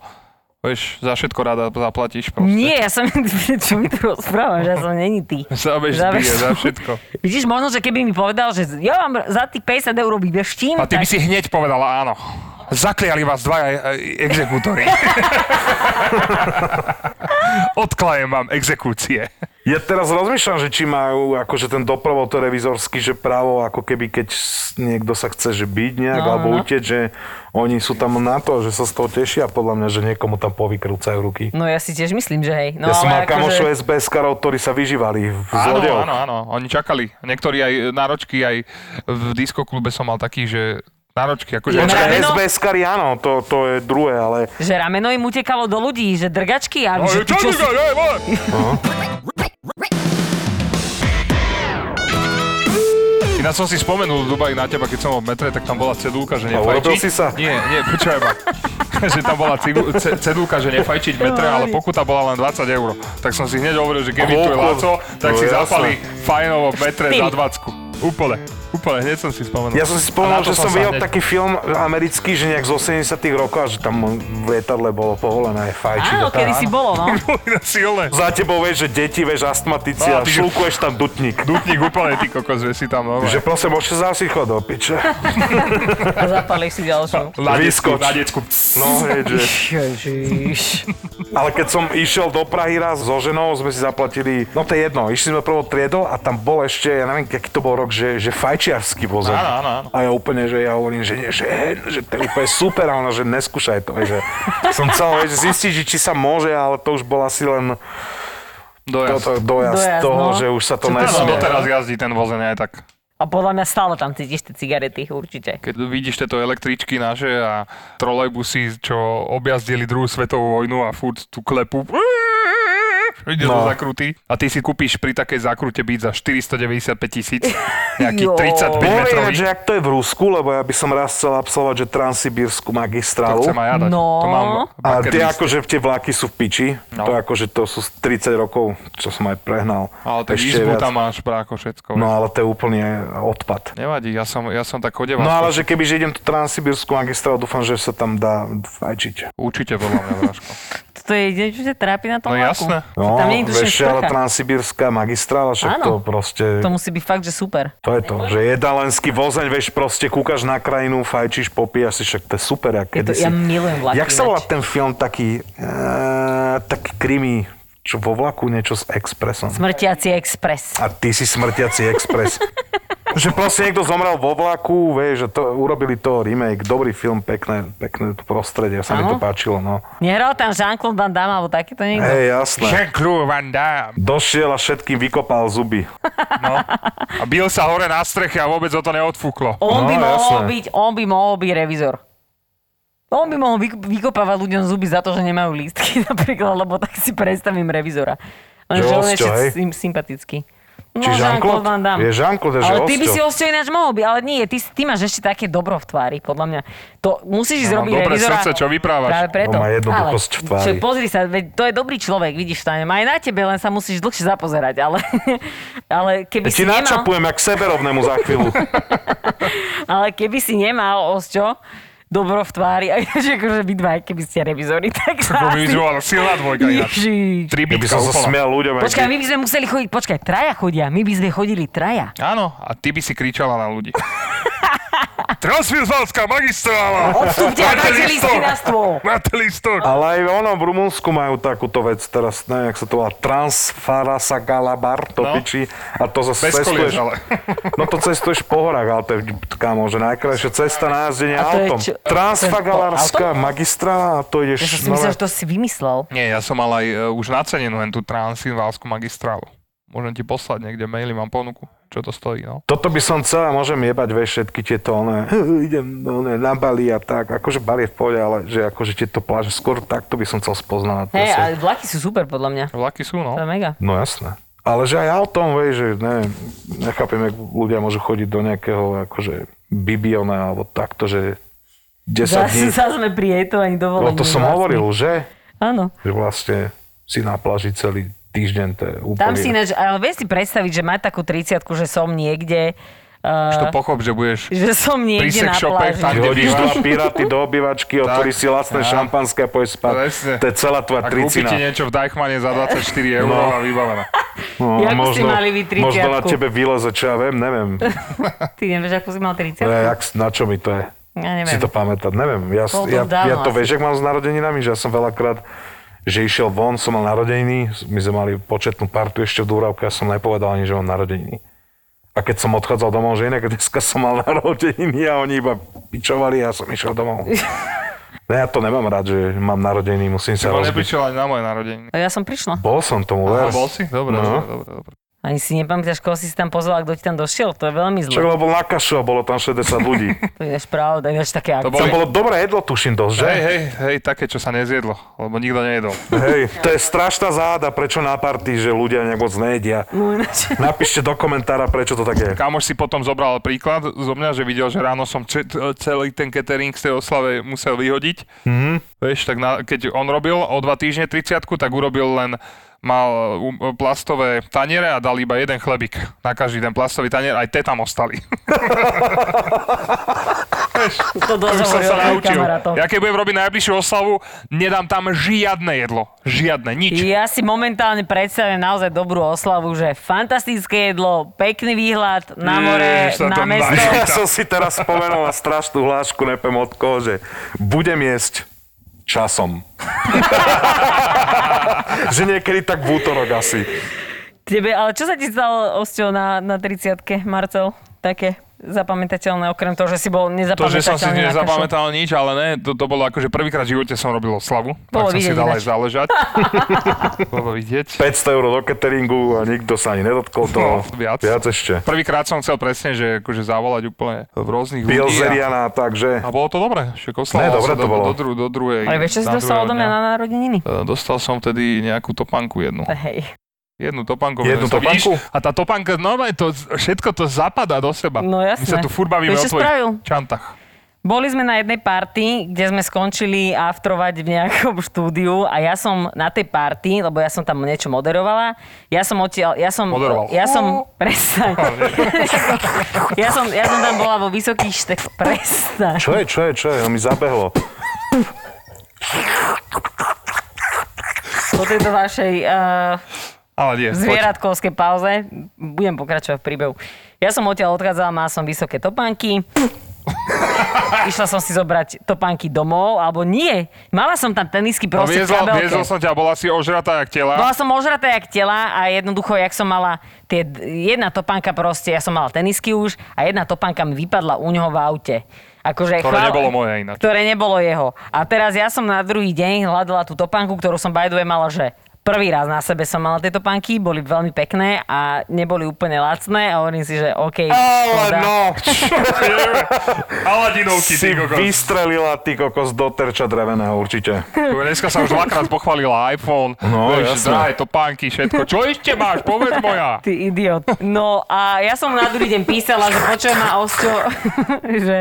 S1: Vieš, za všetko rada zaplatíš proste.
S3: Nie, ja som... Čo mi tu rozprávaš? Ja som není ty.
S1: Zabeš zbije, za všetko.
S3: Vidíš, možno, že keby mi povedal, že ja vám za tých 50 eur vybeštím,
S1: A ty by si hneď povedala áno. Zakliali vás dvaja e, exekútory. Odklajem vám exekúcie.
S2: Ja teraz rozmýšľam, že či majú akože ten doprovod to revizorský, že právo ako keby keď s- niekto sa chce že byť nejak
S3: No,
S2: alebo
S3: no.
S2: utieť, že oni sú tam na to, že sa z toho tešia podľa mňa, že niekomu tam povykrúcajú ruky.
S3: No ja si tiež myslím, že hej. No,
S2: ja som mal
S3: ale
S2: kamošov SBS-karov, ktorí sa vyžívali v
S1: akože- Áno,
S2: zlodejov.
S1: áno, áno. Oni čakali. Niektorí aj e, náročky, aj v diskoklube som mal taký, že náročky. Akože,
S3: Ja
S2: Počkaj,
S3: na rameno?
S2: SBS-kari áno, to, to je druhé, ale
S3: že rameno im utekalo do ľudí, že drgačky a No,
S1: No,
S3: že ty čo si...
S2: No.
S1: Ináč som si spomenul v Dubaji na teba, keď som bol v metre, tak tam bola cedulka, že
S2: A
S1: nefajčiť.
S2: urobil si sa?
S1: Nie, nie, počúvaj ma. že tam bola cigu, ce, cedulka, že nefajčiť v metre, ale pokuta bola len 20 eur. Tak som si hneď hovoril, že keby tu je
S2: Koľko?
S1: Laco, tak
S2: No
S1: si
S2: jasné.
S1: zapali fajnovo v metre
S3: Ty.
S1: za 20. Úplne, úplne, hneď som si spomenul.
S2: ja som
S1: A na
S2: si spomenul,
S1: to
S2: že
S1: sa
S2: som videl
S1: hneď-
S2: taký film americký, že nejak z 80 rokov a že tam v lietadle bolo povolené aj fajčiť.
S3: Áno,
S2: a tá-
S3: kedy si bolo, no.
S1: Silné.
S2: Za tebou vieš, že deti, vieš, astmatici
S1: No, a
S2: a
S1: ty-
S2: šlukuješ tam dutník.
S1: Dutník úplne, ty kokos, že si tam... No,
S2: Že prosím, môžete zase chod do piče.
S3: A zapališ si ďalšiu.
S1: na decku,
S2: vyskoč.
S1: na decku.
S2: No, hej, že.
S3: Ježiš.
S2: Ale keď som išiel do Prahy raz so ženou, sme si zaplatili, no to je jedno, išli sme prvou triedou a tam bol ešte, ja neviem, aký to bol rok, že, že fajčiarsky vozok.
S1: Áno, áno, áno.
S2: A ja úplne, že ja hovorím, že nie, že, že to je úplne super, a ona, že neskúšaj to. Že som chcel vieš, zistiť, že či sa môže, ale to už bol asi len
S1: Dojazd.
S2: No, toto dojazd,
S3: Dojazd,
S2: toho,
S3: no.
S2: že už sa to
S3: Čo to
S1: Áno,
S2: nesmie.
S1: doteraz jazdí ten vozeň aj tak.
S3: A podľa mňa stále tam cítiš tie cigarety, určite.
S1: Keď vidíš tieto električky naše a trolejbusy, čo objazdili druhú svetovú vojnu a furt tu klepu. Ide no.
S2: No.
S1: to zakrutý. A ty si kúpiš pri takej zakrute byť za 495 tisíc. Nejaký
S3: Jo.
S1: 35
S2: Bolo
S1: metrový.
S2: ináč, že jak to je v Rusku, lebo ja by som raz chcel absolvovať, že Transsibírsku
S1: To
S2: magistrálu.
S1: chcem aj ja dať.
S3: No.
S1: To mám
S2: A
S1: bucket
S2: tie
S1: list.
S2: akože tie vlaky sú v piči,
S1: No.
S2: no. to akože to sú z 30 rokov, čo som aj prehnal.
S1: Ale tak
S2: Ešte
S1: izbu
S2: viac.
S1: tam máš, práko, všetko.
S2: No ale to je úplne odpad.
S1: Nevadí, ja som, ja som tak chodeval.
S2: No ale že keby že idem tú Transsibírskú magistrálu, dúfam, že sa tam dá fajčiť.
S1: Určite podľa mňa, Braško.
S3: To je jedine, čo ťa trápi na tom
S1: No
S3: vlaku.
S1: jasné.
S2: No,
S3: tam nie je tuším
S2: vieš, ale
S3: sprcha.
S2: Transsibírska magistrála, však
S3: Áno.
S2: to proste,
S3: To musí byť fakt, že super.
S2: to je to, že jedalenský vozeň, vieš, proste kúkaš na krajinu, fajčíš, popíjaš si, však to je super, jak
S3: Je to,
S2: kedysi.
S3: ja milujem vlaky.
S2: Jak sa volá
S3: ináč.
S2: ten film taký, eh, taký krimi, čo vo vlaku niečo s expresom?
S3: Smrtiaci Express.
S2: A ty si smrtiaci expres. že proste niekto zomrel vo vlaku, vieš, že to, urobili to remake, dobrý film, pekné, pekné to prostredie, sa mi to
S3: Áno.
S2: páčilo, no.
S3: Nehral tam Jean-Claude Van Damme alebo takýto niekto?
S2: Hej, jasné.
S1: Jean-Claude Van Damme.
S2: Došiel a všetkým vykopal zuby.
S1: No. A bil sa hore na streche a vôbec ho to neodfúklo.
S3: On by
S2: No,
S3: mohol
S2: jasné.
S3: byť, on by mohol byť revizor. On by mohol vyk- vykopávať ľuďom zuby za to, že nemajú lístky napríklad, lebo tak si predstavím revizora. Len,
S2: Že
S3: že on je
S2: Osťo, hej?
S3: sym- sympatický. No,
S2: Či Jean-Claude?
S3: Van Damme.
S2: Je Jean-Claude, že
S3: Ale ty by
S2: Osťo.
S3: si Osťo ináč mohol byť, ale nie, ty, ty máš ešte také dobro v tvári, podľa mňa. To musíš ísť
S1: Ja mám
S3: robiť
S1: dobré
S3: revizora.
S1: srdce, čo vyprávaš.
S3: Práve preto.
S2: On má jednu
S3: Ale-
S2: blbosť v tvári.
S3: Čo, pozri sa, veď to je dobrý človek, vidíš, Tane. Aj na tebe, len sa musíš dlhšie zapozerať, ale, ale keby
S2: Ja
S3: si
S2: ti
S3: nemal...
S2: načapujem jak seberovnému za chvíľu.
S3: Ale keby si nemal, Osťo, dobro v tvári, aj že akože vy dva, aj keby ste revizory, tak
S1: To
S3: sa
S1: by
S3: asi...
S1: vyzvala silná dvojka ináč.
S3: Ježiš.
S1: Tri
S2: Keby
S1: bitka
S2: som sa
S1: úplná.
S2: smial ľuďom. aj
S3: Počkaj,
S2: ty.
S3: my by sme museli chodiť, počkaj, traja chodia, my by sme chodili traja.
S1: Áno, a ty by si kričala na ľudí. Transfilzalská magistrála!
S3: Odstúpte a dajte listy na stôl.
S1: Máte listok!
S2: Ale aj ono v Rumunsku majú takúto vec teraz, neviem, jak sa to volá, Transfarasa Galabar, to
S1: No.
S2: no. piči, a to zase
S1: Bez
S2: cestuješ,
S1: kolies, ale.
S2: no to cestuješ po horách, ale to je, kámo, že najkrajšia cesta na jazdenie
S3: A to je
S2: autom.
S3: čo-
S2: Transfagalárska magistrála, a to
S3: Ja
S2: ideš,
S3: som si myslel, že to si vymyslel.
S1: Nie, ja som mal aj e, už nacenenú len tú transfilzalskú magistrálu. Môžem ti poslať niekde maily, mám ponuku, čo to stojí, no.
S2: toto by som chcel a môžem jebať vieš, všetky tieto, one, idem one, na Bali a tak, akože Bali je v pohode, ale že akože tieto pláže, skôr takto by som chcel spoznávať.
S3: Hej,
S2: proste.
S3: ale vlaky sú super podľa mňa.
S1: Vlaky sú,
S3: To
S1: no.
S3: je mega.
S2: No jasné. Ale že aj autom, vej, že neviem, nechápem, jak ľudia môžu chodiť do nejakého akože bibiona alebo takto, že 10 dní.
S3: Zase sa sme pri ani
S2: No
S3: dovolení.
S2: to som
S3: vlastne.
S2: hovoril, že?
S3: Áno.
S2: Že vlastne si na pláži celý týždeň, to je úplne...
S3: Tam si ináč, ale vieš si predstaviť, že mať takú 30 že som niekde,
S1: Už to
S3: uh,
S1: pochop, že budeš...
S3: že som
S1: sex
S3: niekde na
S1: shope,
S3: pláži.
S1: tam,
S2: Ty
S1: kde
S2: hodíš
S1: bývaš.
S2: dva piráty do obývačky, otvoríš si lacné šampanské a pôjdeš spať.
S1: Presne.
S2: To je celá tvoja
S1: A kúpi ti
S2: tricina.
S1: niečo v Deichmane za 24 eur a vybavené.
S2: No,
S3: Jakú si mali vy
S2: možno na
S3: triciatku?
S2: tebe vyleze, čo ja viem, neviem.
S3: Ty nevieš, ako si mal 30
S2: Ne, jak, na čo mi to je?
S3: Ja neviem.
S2: si to pamätať, neviem. Ja,
S3: Bolo to
S2: ja,
S3: dávno
S2: ja to
S3: asi.
S2: vieš, jak mám s narodeninami, že ja som veľakrát že išiel von, som mal narodeniny, my sme mali početnú partu ešte v Dúravke, ja som nepovedal ani, že mám narodeniny. A keď som odchádzal domov, že inak dneska som mal narodeniny a oni iba pičovali a ja som išiel domov. Ne, ja to nemám rád, že mám narodeniny, musím sa
S1: To
S2: rozbiť.
S1: neprišiel ani na moje narodeniny.
S3: No Ja som prišla.
S2: Bol som tomu,
S1: A
S2: ver.
S1: bol si? Dobre,
S2: No.
S1: dobre, dobre, dobre.
S3: Ani si nepamätáš, koho si si tam pozval, a kto ti tam došiel. To je veľmi
S2: Však
S3: zlé.
S2: lebo bol na kašu a bolo tam 60 ľudí.
S3: To je pravda, ináč také
S1: To
S3: akcie.
S1: boli-
S2: Tam bolo dobré jedlo, tuším dosť, že?
S1: Hej, hej, hej, také, čo sa nezjedlo, lebo nikto nejedol.
S2: Hej, to je strašná záhada, prečo na party, že ľudia nejak moc nejedia.
S3: No, ináč.
S2: Napíšte do komentára, prečo to tak je.
S1: Kámoš si potom zobral príklad zo mňa, že videl, že ráno som če- celý ten catering z tej oslave musel vyhodiť. Mm-hmm. Vieš, tak na, keď on robil o dva týždne 30 tak urobil len mal um, plastové taniere a dal iba jeden chlebík na každý ten plastový tanier, aj te tam ostali.
S3: To
S1: To
S3: dosť
S1: už som
S3: hovoril
S1: sa
S3: mojim
S1: naučil.
S3: kamarátom.
S1: Ja keď budem robiť najbližšiu oslavu, nedám tam žiadne jedlo. Žiadne, nič.
S3: Ja si momentálne predstavujem naozaj dobrú oslavu, že fantastické jedlo, pekný výhľad na more,
S1: Ježiš, sa
S3: na
S1: tam
S3: mesto.
S1: naje.
S2: Ja som si teraz spomenul na strašnú hlášku, nepem od koho, že budem jesť časom. že niekedy tak v útorok asi.
S3: Tebe, ale čo sa ti stalo, Osťo, na, na 30 Marcel? Také zapamätateľné, okrem toho, že si bol
S1: To, že
S3: nezapamätateľný
S1: som si
S3: na kašu.
S1: nezapamätal nič, ale ne, to, to bolo akože prvýkrát v živote som robil oslavu.
S3: Bolo
S1: tak som si
S3: vidieť
S1: dal aj
S3: ináč.
S1: záležať. Bolo vidieť.
S2: 500 eur do cateringu a nikto sa ani nedotkol toho.
S1: No, viac.
S2: Viac ešte.
S1: Prvýkrát som chcel presne, že akože zavolať úplne v rôznych ľudí. A,
S2: Pilzeriana, takže...
S1: a bolo to dobre, však oslavoval
S2: dobre
S1: som
S2: to
S1: do,
S2: bolo.
S1: do, dru, do druhej.
S3: Ale vieš, čo si
S1: na
S3: dostal
S1: druhého
S3: odo mňa
S1: dňa.
S3: na narodeniny?
S1: E, Dostal som vtedy nejakú topanku jednu.
S3: Hej.
S1: Jednu topanku.
S2: Jednu
S1: ktorú som-
S2: topanku?
S1: Vidíš, a tá topanka, normálne to, všetko to zapadá do seba.
S3: No
S1: My
S3: jasné.
S1: sa tu furt bavíme o
S3: Vieš, čo
S1: tvojich
S3: spravil?
S1: čantách.
S3: Boli sme na jednej party, kde sme skončili aftrovať v nejakom štúdiu a ja som na tej party, lebo ja som tam niečo moderovala, ja som odtiaľ, ja som...
S1: Moderoval.
S3: Ja som, prestaň. ja, som, ja som tam bola vo vysokých štek, prestaň.
S2: Čo je, čo je, čo je? No mi zabehlo.
S3: Po tejto vašej uh,
S1: Ale nie, poď.
S3: zvieratkovskej pauze budem pokračovať v príbehu. Ja som odtiaľ odchádzala, mala som vysoké topánky. Išla som si zobrať topánky domov, alebo nie. Mala som tam tenisky
S1: No,
S3: proste v
S1: viezol,
S3: kabelke.
S1: viezol som ťa, bola si ožratá jak tela.
S3: Bola som ožratá jak tela a jednoducho, jak som mala tie, jedna topánka proste, ja som mala tenisky už a jedna topánka mi vypadla u ňoho v aute. Akože,
S1: Ktoré nebolo moje ináč.
S3: Ktoré nebolo jeho. A teraz ja som na druhý deň hľadala tú topánku, ktorú som by the way mala, že Prvý raz na sebe som mala tieto panky, boli veľmi pekné a neboli úplne lacné a hovorím si, že OK, škoda.
S2: Ale no, čo
S1: Aladinovky,
S2: si
S1: ty kokos.
S2: vystrelila ty kokos do terča dreveného určite.
S1: Dneska sa už dvakrát pochválila iPhone.
S2: No,
S1: Vieš,
S2: jasné.
S1: drahé topánky, všetko. Čo ešte máš? Povedz moja.
S3: Ty idiot. No a ja som na druhý deň písala, že počujem ma Osťo, že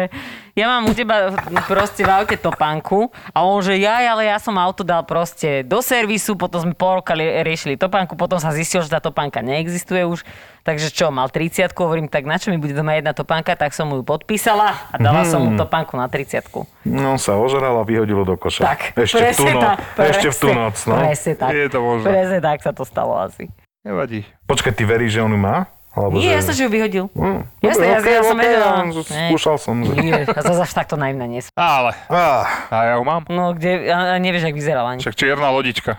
S3: ja mám u teba proste v aute topánku a on že ja, ale ja som auto dal proste do servisu, potom sme pol roka li- riešili topánku, potom sa zistilo, že tá topánka neexistuje už. Takže čo, mal 30 hovorím, tak na čo mi bude doma jedna topánka, tak som mu ju podpísala a dala som
S2: Hmm.
S3: mu topánku na 30
S2: No sa ožral a vyhodilo do koša.
S3: Tak,
S2: ešte, v tú
S3: presne
S2: no,
S3: tak,
S2: ešte v tú
S3: presne-
S2: noc. No.
S3: Presne tak.
S1: Je to možné.
S3: Presne tak sa to stalo asi.
S1: Nevadí.
S2: Počkaj, ty veríš, že on ju má? Alebo že...
S3: Nie, jasne, že ju vyhodil.
S2: Hm,
S3: Jasne,
S2: dobre,
S3: ja-
S2: okej,
S3: ja som
S2: okej,
S3: vedela.
S2: ja z-
S3: Ne.
S2: Skúšal som. Že...
S3: Nie, a zase až takto naivná nie som.
S1: Ale,
S2: Ah,
S1: a ja ju mám.
S3: No, kde, a, a nevieš, jak vyzerala ani.
S1: Však čierna lodička.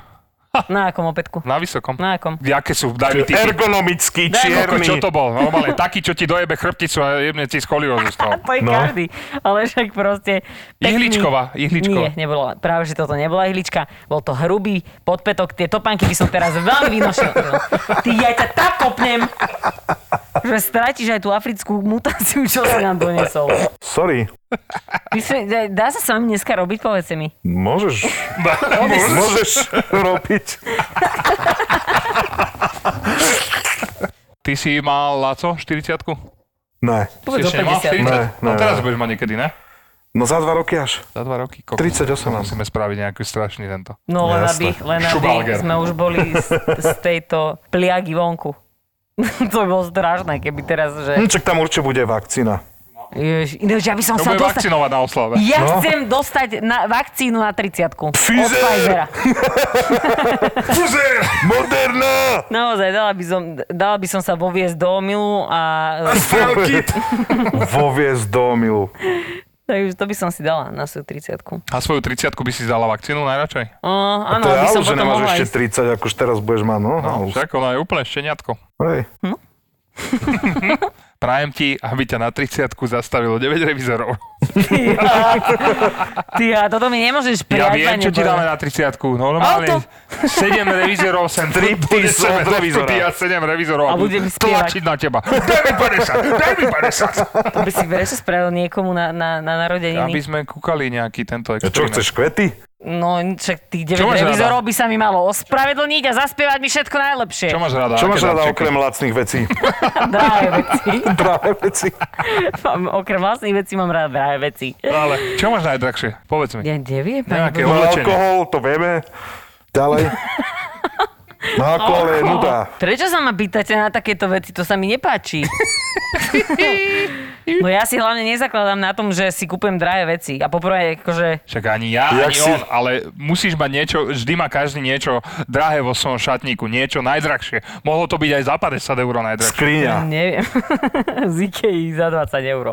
S3: Na akom
S2: No.
S3: opätku?
S1: Na vysokom.
S3: Na akom?
S1: Jaké sú, daj mi typy.
S2: ergonomický,
S3: Daj,
S1: Koko,
S2: čierny.
S1: čo to bol? Normálne, taký, čo ti dojebe chrbticu a jebne ti skoliózu z toho.
S3: To je
S2: No.
S3: každý, ale však proste...
S1: Ihličková, ihličková.
S3: Nie, nebolo, práve že toto nebola ihlička, bol to hrubý podpetok, tie topánky by som teraz veľmi vynošil. Ty, ja ťa tak kopnem, že stratíš aj tú africkú mutáciu, čo si nám donesol.
S2: Sorry,
S3: Ty si, dá- dá sa s vami dneska robiť, povedzte mi.
S2: môžeš, môžeš robiť.
S1: Ty si mal, Laco, 40
S2: Ne,
S3: Povedz o
S1: ešte nemal
S3: 50.
S1: 40?
S2: Ne,
S1: no
S2: ne,
S1: teraz
S2: ne.
S1: budeš mať niekedy, ne?
S2: no za dva roky až.
S1: Za dva roky? Koko.
S2: 38 mám.
S1: Musíme spraviť nejaký strašný tento.
S3: No len
S2: Jasné.
S3: aby, len aby
S1: Schubalger.
S3: sme už boli z, z tejto pliagy vonku. to by bolo strašné, keby teraz, že...
S2: Hm, čak tam určite bude vakcína.
S3: Jež, ináč, ja by som
S1: To bude
S3: sa dostať...
S1: vakcinovať na oslave.
S3: Ja
S2: No.
S3: chcem dostať na, vakcínu na 30 od
S2: Pfizer!
S3: Pfizera.
S2: Pfizer! Moderna!
S3: Naozaj, dala by, som, dala by som sa voviesť do omilu a...
S2: Voviez do omilu.
S3: Takže to by som si dala na svoju 30
S1: A svoju 30 by si dala vakcínu najradšej?
S3: O, áno,
S2: to je
S3: aby
S2: ale,
S3: som
S2: že
S3: potom
S2: nemáš
S3: mohla
S2: ešte
S3: ísť.
S2: 30, ako už teraz budeš mať, no. no
S1: No, však ona je úplne šteniatko.
S2: Hej.
S1: Prajem ti, aby ťa na 30 zastavilo 9 revizorov.
S3: Ty, a toto mi nemôžeš prijať.
S1: Ja viem, čo ti dáme na 30 No normálne
S3: Auto.
S1: 7 revizorov sem
S2: Striptease od
S1: A
S2: revizora.
S1: 7 revizorov
S3: A budem spievať.
S1: tlačiť na teba. Daj mi 50, daj mi 50.
S3: To by si prečo spravil niekomu na, na, na narodeniny.
S1: Aby sme kúkali nejaký tento
S2: A čo
S1: experiment.
S2: chceš, kvety?
S3: No, však tých
S1: Čo
S3: 9
S1: máš
S3: revizorov by sa mi malo ospravedlniť a zaspievať mi všetko najlepšie.
S1: Čo máš rada?
S2: Čo
S1: Aké
S2: máš rada
S1: darčeky?
S2: okrem lacných vecí?
S3: Drahé veci.
S2: Drahé veci.
S3: Mám, okrem vlastných vecí mám rád drahé veci.
S1: Ale čo máš najdrahšie? Povedz mi.
S3: Ja neviem, pani
S1: Nejaké
S2: No,
S1: oblečenie.
S2: alkohol, to vieme. Ďalej. No alkohol je nuda.
S3: Prečo sa ma pýtate na takéto veci? To sa mi nepáči. No ja si hlavne nezakladám na tom, že si kúpujem drahé veci. A poprvé, akože...
S1: Však ani ja,
S2: Jak
S1: ani
S2: si-
S1: on, ale musíš mať niečo, vždy má každý niečo drahé vo svojom šatníku, niečo najdrahšie. Mohlo to byť aj za 50 eur najdrahšie.
S2: Skriňa.
S3: Neviem. Z Ikei za 20 eur.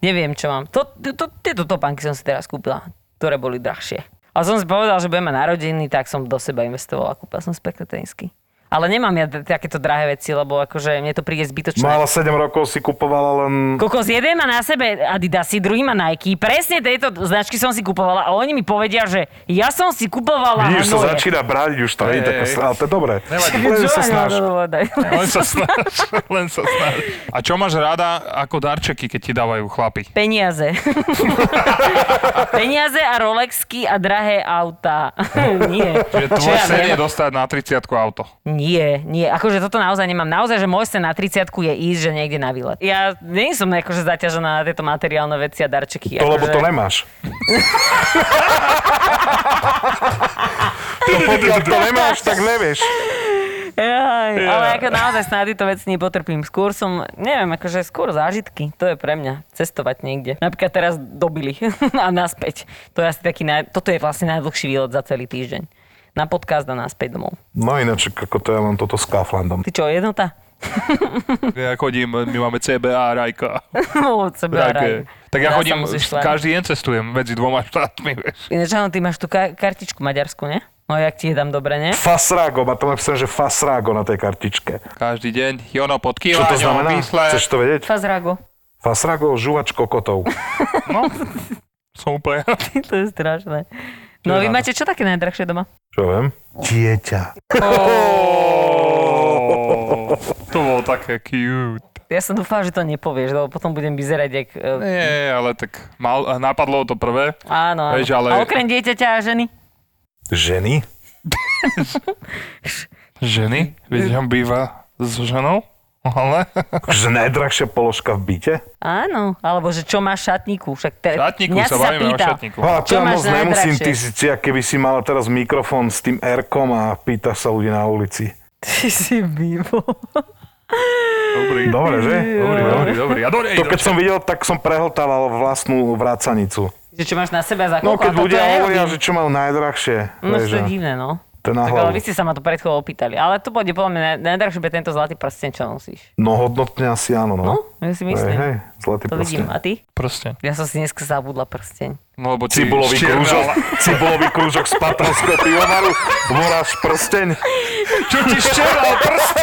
S3: Neviem, čo mám. To, to, tieto topánky som si teraz kúpila, ktoré boli drahšie. Ale som si povedal, že budem mať narodeniny, tak som do seba investovala. Kúpila som si pekné tenisky. Ale nemám ja t- takéto drahé veci, lebo akože mne to príde zbytočné.
S2: Mala 7 rokov, si kupovala len...
S3: Kokos, jeden má na sebe Adidasy, druhý má Nike. Presne tejto značky som si kupovala a oni mi povedia, že ja som si kupovala
S2: Vidíš,
S3: Hanoje.
S2: sa začína brániť už to, nie?
S1: Hej,
S2: Tak,
S1: hej.
S2: ale to je dobré.
S1: Nevadí.
S2: Len
S3: Čo
S2: sa
S3: ani
S2: snaž.
S3: mám do voda?
S1: Len sa snaž, len sa snaž. A čo máš rada ako darčeky, keď ti dávajú chlapi?
S3: Peniaze. Peniaze a Rolexky a drahé auta. nie.
S1: Že
S3: Čo
S1: tvoj
S3: ja
S1: sen
S3: viem?
S1: je dostať na 30 auto.
S3: Nie, nie. Akože toto naozaj nemám. Naozaj, že môj sen na 30 je ísť, že niekde na výlet. Ja nie som akože zaťažená na tieto materiálne veci a darčeky.
S2: To, lebo
S3: akože...
S2: to nemáš. to pokiaľ to nemáš, tak nevieš.
S3: Jaj, ale ako naozaj sa na tieto veci nepotrpím. Skôr som, neviem, akože skôr zážitky. To je pre mňa. Cestovať niekde. Napríklad teraz dobili a naspäť. To je asi taký, naj... toto je vlastne najdlhší výlet za celý týždeň. Na podcast a naspäť domov.
S2: No ináč, ako to je len toto s Kauflandom.
S3: Ty čo, jednota?
S1: Ja chodím, my máme CBA, Rajka.
S3: No, od seba
S1: Tak, eh,
S3: raj.
S1: tak ja
S3: Raz sa
S1: chodím,
S3: musíš šlať.
S1: každý deň cestujem medzi dvoma štátmi, vieš.
S3: Ináč, áno, ty máš tú ka- kartičku maďarsku, ne? No, jak ti je tam dobre, ne?
S2: Fasrago, má to napísané, že Fasrago na tej kartičke.
S1: Každý deň, Jono pod
S2: Čo to
S1: kývaňom,
S2: znamená?
S1: písle.
S2: Chceš to vedieť?
S3: Fazrago.
S2: Fasrago, žuvač kokotov.
S1: No, som úplne...
S3: to je strašné. No,
S1: je
S3: vy
S1: na to?
S3: máte čo také najdrahšie doma?
S2: Čo viem? dieťa.
S1: Oh, to bolo také cute.
S3: Ja som dúfala, že to nepovieš, lebo potom budem vyzerať jak... e,
S1: Nie, ale tak mal, napadlo to prvé.
S3: Áno, áno.
S1: Vieš, ale-
S3: A okrem dieťaťa a ženy?
S2: Ženy?
S1: Ženy? Vieš, on býva s ženou? Ale...
S2: Že Akože najdrahšia položka v byte?
S3: Áno, alebo že čo máš v šatníku. Však te...
S1: Šatníku
S3: mňa
S1: sa
S3: si
S1: bavíme o
S3: pýtal.
S1: šatníku.
S2: A
S3: Čo
S2: čo ja
S3: máš
S2: moc nemusím,
S3: najdrahšie?
S2: ty si, ty, keby si mala teraz mikrofón s tým R-kom a pýtaš sa ľudí na ulici.
S3: Ty si mimo.
S1: Dobrý.
S2: Dobre, že?
S1: Dobrý, dobrý, dobrý. A dobre, no,
S2: To keď som videl, tak som prehltával vlastnú vracanicu.
S3: Že čo máš na sebe za
S2: No
S3: koľko?
S2: keď
S3: A toto
S2: ľudia
S3: ja
S2: hovoria,
S3: robím.
S2: že čo majú najdrahšie.
S3: No
S2: vieš,
S3: to je
S2: a-
S3: divné, no.
S2: To je na
S3: Tak,
S2: hlavu.
S3: ale vy ste sa ma tu pred chvíľou opýtali. Ale to bude podľa mňa naj- najdrahšie pre tento zlatý prsten, čo nosíš.
S2: No hodnotne asi áno, no.
S3: No, ja si myslím.
S2: Hej, hej, zlatý
S3: To
S2: proste.
S3: vidím. A ty?
S1: Proste.
S3: Ja som si dneska zabudla prsteň.
S1: No lebo ti
S2: Cibulový
S1: štierna-
S2: krúžok, cibulový krúžok z patronského pivovaru, voráš prsteň.
S1: Čo ti štieral prst?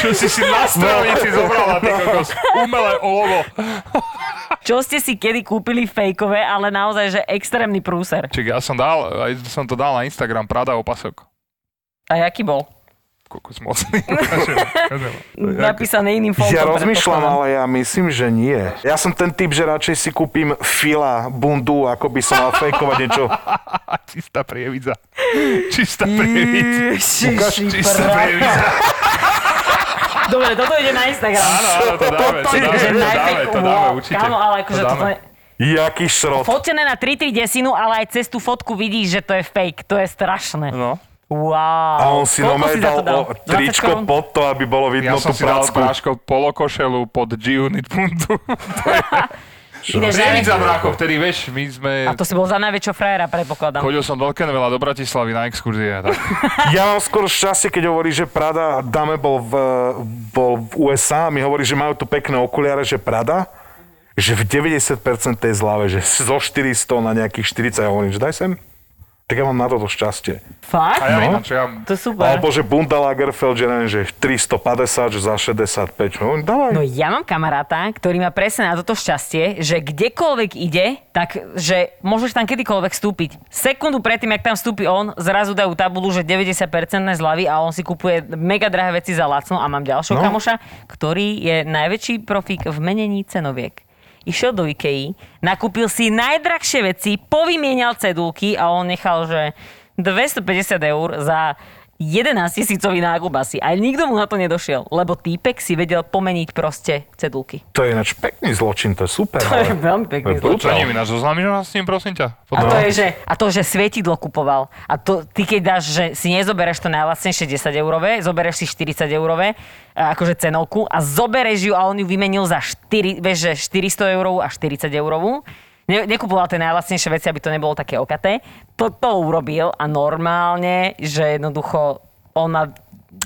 S1: Čo si si na strelnici zobrala, ty kokos? Umelé olovo.
S3: Čo ste si kedy kúpili fejkové, ale naozaj, že extrémny prúser.
S1: Čiže ja som dal, aj som to dal na Instagram, Prada opasok.
S3: A jaký bol?
S1: Kokos mocný. ukážem, ukážem.
S3: Napísaný iným fontom.
S2: Ja rozmýšľam,
S3: predpokladám.
S2: ale ja myslím, že nie. Ja som ten typ, že radšej si kúpim fila, bundu, ako by som mal fejkovať niečo.
S1: A čistá prievidza. Čistá prievidza.
S3: Mm, Ježiši,
S1: Čistá
S3: prá-
S1: prievidza.
S3: Dobre, toto ide na Instagram.
S1: Áno, áno, to dáme, to
S3: je,
S1: dáme,
S3: že
S1: to dáme,
S3: najfejk-
S1: to dáme
S3: wow,
S1: určite.
S3: Kámo, ale akože
S1: To
S3: toto
S1: dáme.
S3: je...
S2: Jaký šrot.
S3: Fotené na 3-3 desinu, ale aj cez tú fotku vidíš, že to je fake. To je strašné.
S1: No.
S3: Wow.
S2: A on si
S3: Koľko
S2: normálne
S3: za
S2: dal
S3: to dal?
S2: o,
S3: 20
S2: tričko
S3: korún?
S2: pod to, aby bolo
S1: Ja
S2: vidno
S1: som
S2: tú
S1: si dal s
S2: prácku.
S1: práškou polokošelu pod G-Unit bundu.
S3: Ideš na-
S1: Prievidza brácho, vtedy, vieš, my sme...
S3: A to si bol za najväčšieho frajera, predpokladám.
S1: Chodil som do Kenvela, do Bratislavy na exkurzie. Tak.
S2: Ja mám skôr šťastie, keď hovorí, že Prada, Dame bol v, bol v USA a mi hovorí, že majú tu pekné okuliare, že Prada, že v 90% tej zlave, že zo 400 na nejakých 40, ja hovorím, že daj sem. Tak ja mám na toto šťastie.
S1: A
S3: Fakt?
S1: ja no.
S2: No.
S1: čo ja...
S3: To super.
S2: Alebo že Bunda Lagerfeld, že neviem, že 350, že za 65. No, dávaj.
S3: No ja mám kamaráta, ktorý má presne na toto šťastie, že kdekoľvek ide, tak že môžeš tam kedykoľvek vstúpiť. Sekundu predtým, jak tam vstúpi on, zrazu dajú tabulu, že 90% zľavy a on si kupuje mega drahé veci za lacno a mám ďalšieho
S2: No.
S3: kamoša, ktorý je najväčší profík v menení cenoviek. Išiel do Ikei, nakúpil si najdrahšie veci, povymienial cedulky a on nechal, že 250 eur za 11 tisícový nákup asi. A nikto mu na to nedošiel, lebo týpek si vedel pomeniť proste cedulky.
S2: To je ináč pekný zločin, to je super.
S3: To je
S2: ale-
S3: veľmi
S2: To je
S3: pekný
S1: Čo
S2: brutál.
S1: nie mi náš oznámiš nás s ním, prosím ťa?
S3: A
S1: Potom-
S3: to, je, že, a to, že svietidlo kupoval. A to, ty keď dáš, že si nezobereš to najlacnejšie 10 eurové, zoberieš si 40 eurové, a akože cenovku a zobereš ju a on ju vymenil za 4, vieš, že 400 eurovú a 40 eurovú. Ne, nekupoval tie najlacnejšie veci, aby to nebolo také okaté. Toto urobil a normálne, že jednoducho on má...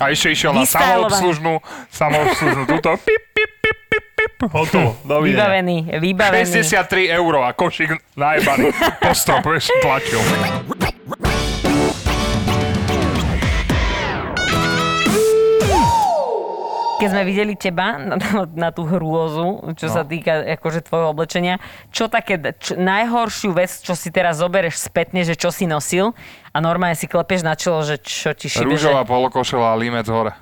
S1: A ešte išiel na
S3: Vystylovaný.
S1: samoobslužnú, samoobslužnú túto, pip, pip, pip, pip, pip, hotovo, dovidenia.
S3: Vybavený, vybavený.
S1: 63 eur a košík najebaný. Postrop, vieš, tlačil.
S3: Keď sme videli teba na, na, na tú hrôzu, čo no. sa týka akože tvojho oblečenia, čo také d- čo, najhoršiu vec, čo si teraz zobereš spätne, že čo si nosil a normálne si klepeš na čelo, že čo ti šibe,
S1: Rúžová
S3: že
S1: polokošela a límec hore.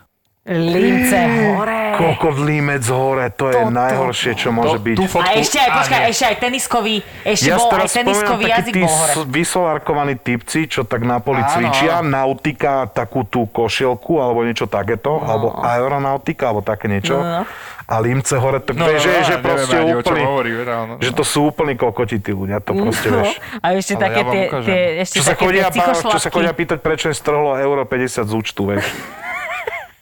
S3: lince hore.
S2: Kokodlímec hore, to je
S3: Toto.
S2: najhoršie, čo môže
S1: To-
S2: byť.
S1: tú
S3: A
S1: fotku-
S3: ešte aj,
S1: a
S3: počkaj,
S1: nie.
S3: ešte aj teniskový, ešte
S2: Ja si
S3: bol aj
S2: teraz spomínam
S3: teniskový
S2: takí
S3: jazyk
S2: tí
S3: bol hore.
S2: s- vysolárkovaní typci, čo tak na poli
S1: Áno,
S2: cvičia, nautika takú tú košielku, alebo niečo takéto, alebo aeronautika, alebo také niečo.
S3: No, no.
S2: A limce hore, tak vieš, že, že
S1: No, neviem
S2: proste
S1: ani, o čom
S2: úplný,
S1: hovorí, reálne.
S2: že to sú úplní kokoti tí ľudia,
S3: No.
S2: to proste vieš.
S3: A ešte
S1: Ale
S3: také
S1: ja vám
S3: tie,
S1: ukážem.
S3: tie, ešte
S2: Čo sa,
S3: také
S2: chodia,
S3: tie
S2: pá- čo sa
S3: cichošlapky.
S2: chodia pýtať, prečo im strhlo euro 50 z účtu, vieš.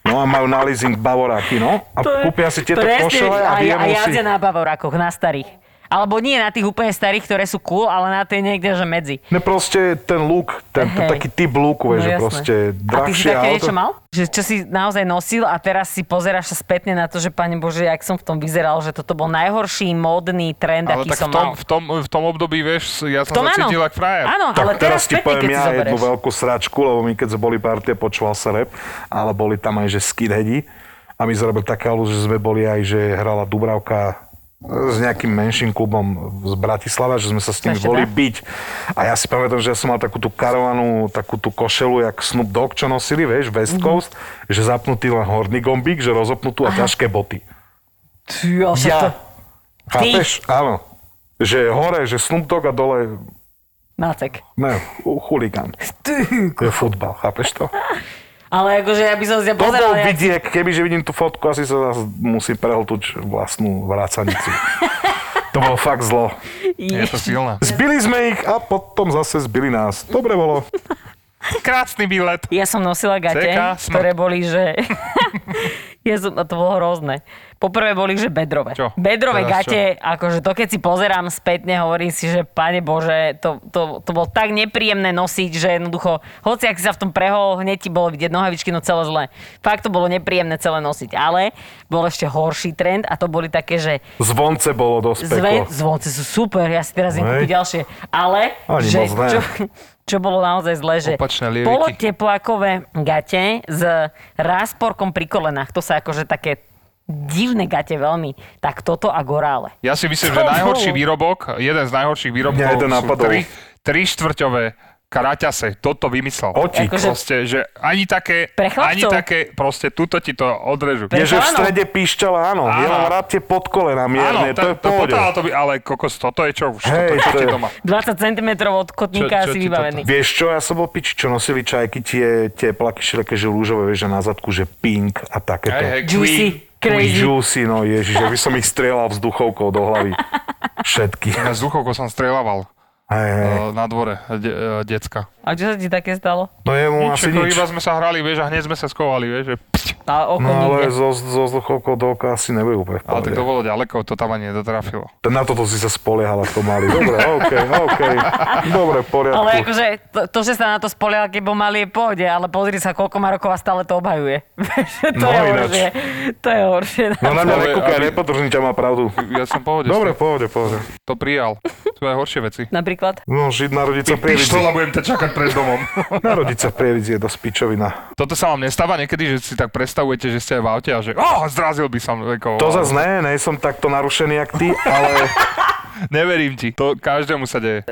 S2: No a majú na leasing bavoráky, no. A
S3: To je-
S2: kúpia si tieto
S3: presne,
S2: košele a
S3: ja-
S2: vyjemú si...
S3: jazdia na bavorákoch, na starých. Alebo nie na tých úplne starých, ktoré sú cool, ale na tie niekde, že medzi.
S2: Ne, No proste ten look, ten, ten
S3: Hej. No
S2: taký typ looku, vieš, že
S3: jasné.
S2: proste
S3: A ty si
S2: drahšie
S3: také
S2: auto.
S3: niečo mal? Že čo si naozaj nosil a teraz si pozeráš sa spätne na to, že Pane Bože, jak som v tom vyzeral, že toto bol najhorší módny trend,
S1: Ale
S3: aký
S1: tak
S3: som
S1: v tom,
S3: mal.
S1: v, tom, v tom období, vieš, ja som
S3: tom
S1: sa
S3: áno.
S1: cítil ako frajer.
S3: Áno,
S2: Tak
S3: No, ale
S2: teraz
S3: teraz
S2: ti
S3: spätne,
S2: poviem
S3: keď si
S2: ja jednu
S3: zoberieš.
S2: veľkú sračku, lebo my keď sme boli partie, počúval sa rap, ale boli tam aj, že skinheadi. A my sme robili také, že sme boli aj, že hrala Dubravka eh, s nejakým menším klubom z Bratislava, že sme sa s nimi
S3: Ešte
S2: boli
S3: tak?
S2: byť. A ja si pamätám, že ja som mal takú tú karavanu, takú tú košelu, jak Snoop Dogg, čo nosili, vieš,
S3: Mhm.
S2: West Coast, že zapnutý len horný gombík, že rozopnutú a ťažké boty.
S3: Ty, ale však to...
S2: Ja. Chápeš? Áno. Že hore, že Snoop Dogg a dole,
S3: Macek.
S2: ne, u- chuligán.
S3: Ty.
S2: To je futbal, chápeš to?
S3: Ale akože ja by som si ja
S2: To bol
S3: pozerala, jak-
S2: vidiek, kebyže vidím tú fotku, asi sa zase musím prehltúť vlastnú vracanicu. to bolo fakt zlo.
S1: Je to silné.
S2: Zbili sme ich a potom zase zbili nás. Dobre bolo.
S1: Krásny výlet.
S3: Ja som nosila gate,
S1: Ceka, smrt.
S3: ktoré boli, že... ja som, a to bolo hrozné. Poprvé boli, že bedrové.
S1: Čo?
S3: Bedrové
S1: Teraz
S3: gate, akože to keď si pozerám spätne, hovorím si, že pane Bože, to, to, to bolo tak nepríjemné nosiť, že jednoducho, hoci ak si sa v tom prehol, hneď ti bolo vidieť nohavičky, no celé zle. Fakt to bolo nepríjemné celé nosiť, ale bol ešte horší trend a to boli také, že
S2: Zvonce bolo dosť
S3: Zve,
S2: peklo.
S3: zvonce sú super, ja si teraz idem
S2: Hej.
S3: kúpiť ďalšie. Ale,
S2: Ani
S3: že,
S2: moc ne.
S3: čo, čo bolo naozaj zle, že
S1: Opačné lieky.
S3: poloteplákové gate s rásporkom pri kolenách, to sa akože také divné gate veľmi, tak toto a gorále.
S1: Ja si myslím, že najhorší výrobok, jeden z najhorších výrobkov
S2: Mňa jeden
S1: sú
S2: napadol.
S1: tri, tri štvrťové karaťase. Toto vymyslel.
S2: Otík.
S3: Akože-
S1: Proste, že ani také,
S3: Pre chlapcov.
S1: ani také, proste tuto ti to odrežu.
S2: Je, že v
S3: Áno.
S2: strede píšťala, áno.
S1: Áno.
S2: Je len rábte pod kolena mierne,
S1: Áno,
S2: to je v pohode.
S1: to by, ale kokos, toto je čo už, toto je
S2: Hej,
S1: čo
S2: to
S1: ti
S2: je-
S1: doma.
S3: 20 cm od kotníka
S1: Čo- čo
S3: asi
S1: ti
S3: vybavený.
S2: Vieš čo, ja som bol piči, čo nosili čajky, tie, tie plaky šileké, že rúžové, vieš, že na zadku, že pink a takéto.
S1: Hej, hej,
S3: Juicy, crazy.
S2: Juicy, no ježiš, ja by som ich strieľal vzduchovkou do hlavy. Všetky.
S1: Ja z duchov som strelaval
S2: Hej, hej.
S1: eh, na dvore de, eh, decka.
S3: A čo sa ti také stalo?
S2: No je mu asi
S1: Všetko,
S2: nič.
S1: iba sme sa hrali, vieš, a hneď sme sa skovali, vieš, že pšť.
S3: A oko
S2: No ale
S3: nikde.
S2: zo, zo vzduchovkou do oka asi nebude úplne v
S1: Ale
S2: pohode.
S1: tak to bolo ďaleko, to tam ani nedotrafilo.
S2: Na toto si sa spoliehala, to mali. Dobre, OK, OK. Dobre, v poriadku.
S3: Ale akože to, to, že sa na to spoliehal, keď bol malý, je v pohode, ale pozri sa, koľko má rokov a stále to obhajuje. to
S2: No,
S3: je
S2: ináč.
S3: horšie. To je horšie.
S2: No na mňa
S1: Ale-
S2: nekúkaj,
S1: aby-
S2: nepodržni ťa má pravdu.
S1: Ja som v pohode.
S2: Dobre, v pohode, v pohode.
S1: To prijal. To je horšie veci.
S3: Napríklad?
S2: No, žiť narodiť sa v prievidzi.
S1: Pištola budem ťa čakať pred domom.
S2: Narodiť sa v prievidzi je dosť pičovina.
S1: Toto sa vám nestáva niekedy, že si tak predstavujete, že ste aj v aute a že oh, zrazil by som. Ako,
S2: To zase ne, nej som takto narušený jak ty, ale
S1: Neverím ti. To každému sa deje.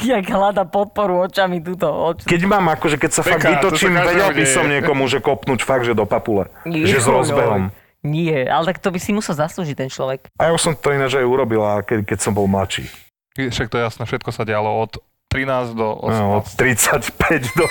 S3: Jak hľada podporu očami túto oč.
S2: keď mám akože, keď sa fakt
S1: Pekár, to
S2: vytočím,
S1: sa každému
S2: vedel by
S1: deje.
S2: som niekomu, že kopnúť fakt, že do papule. Že s rozbehom.
S3: Nie, ale tak to by si musel zaslúžiť ten človek.
S2: A ja už som to ináč aj urobila, keď, keď som bol mladší.
S1: Však to je jasné, všetko sa dialo od 13 do 18.
S2: No, od 35 do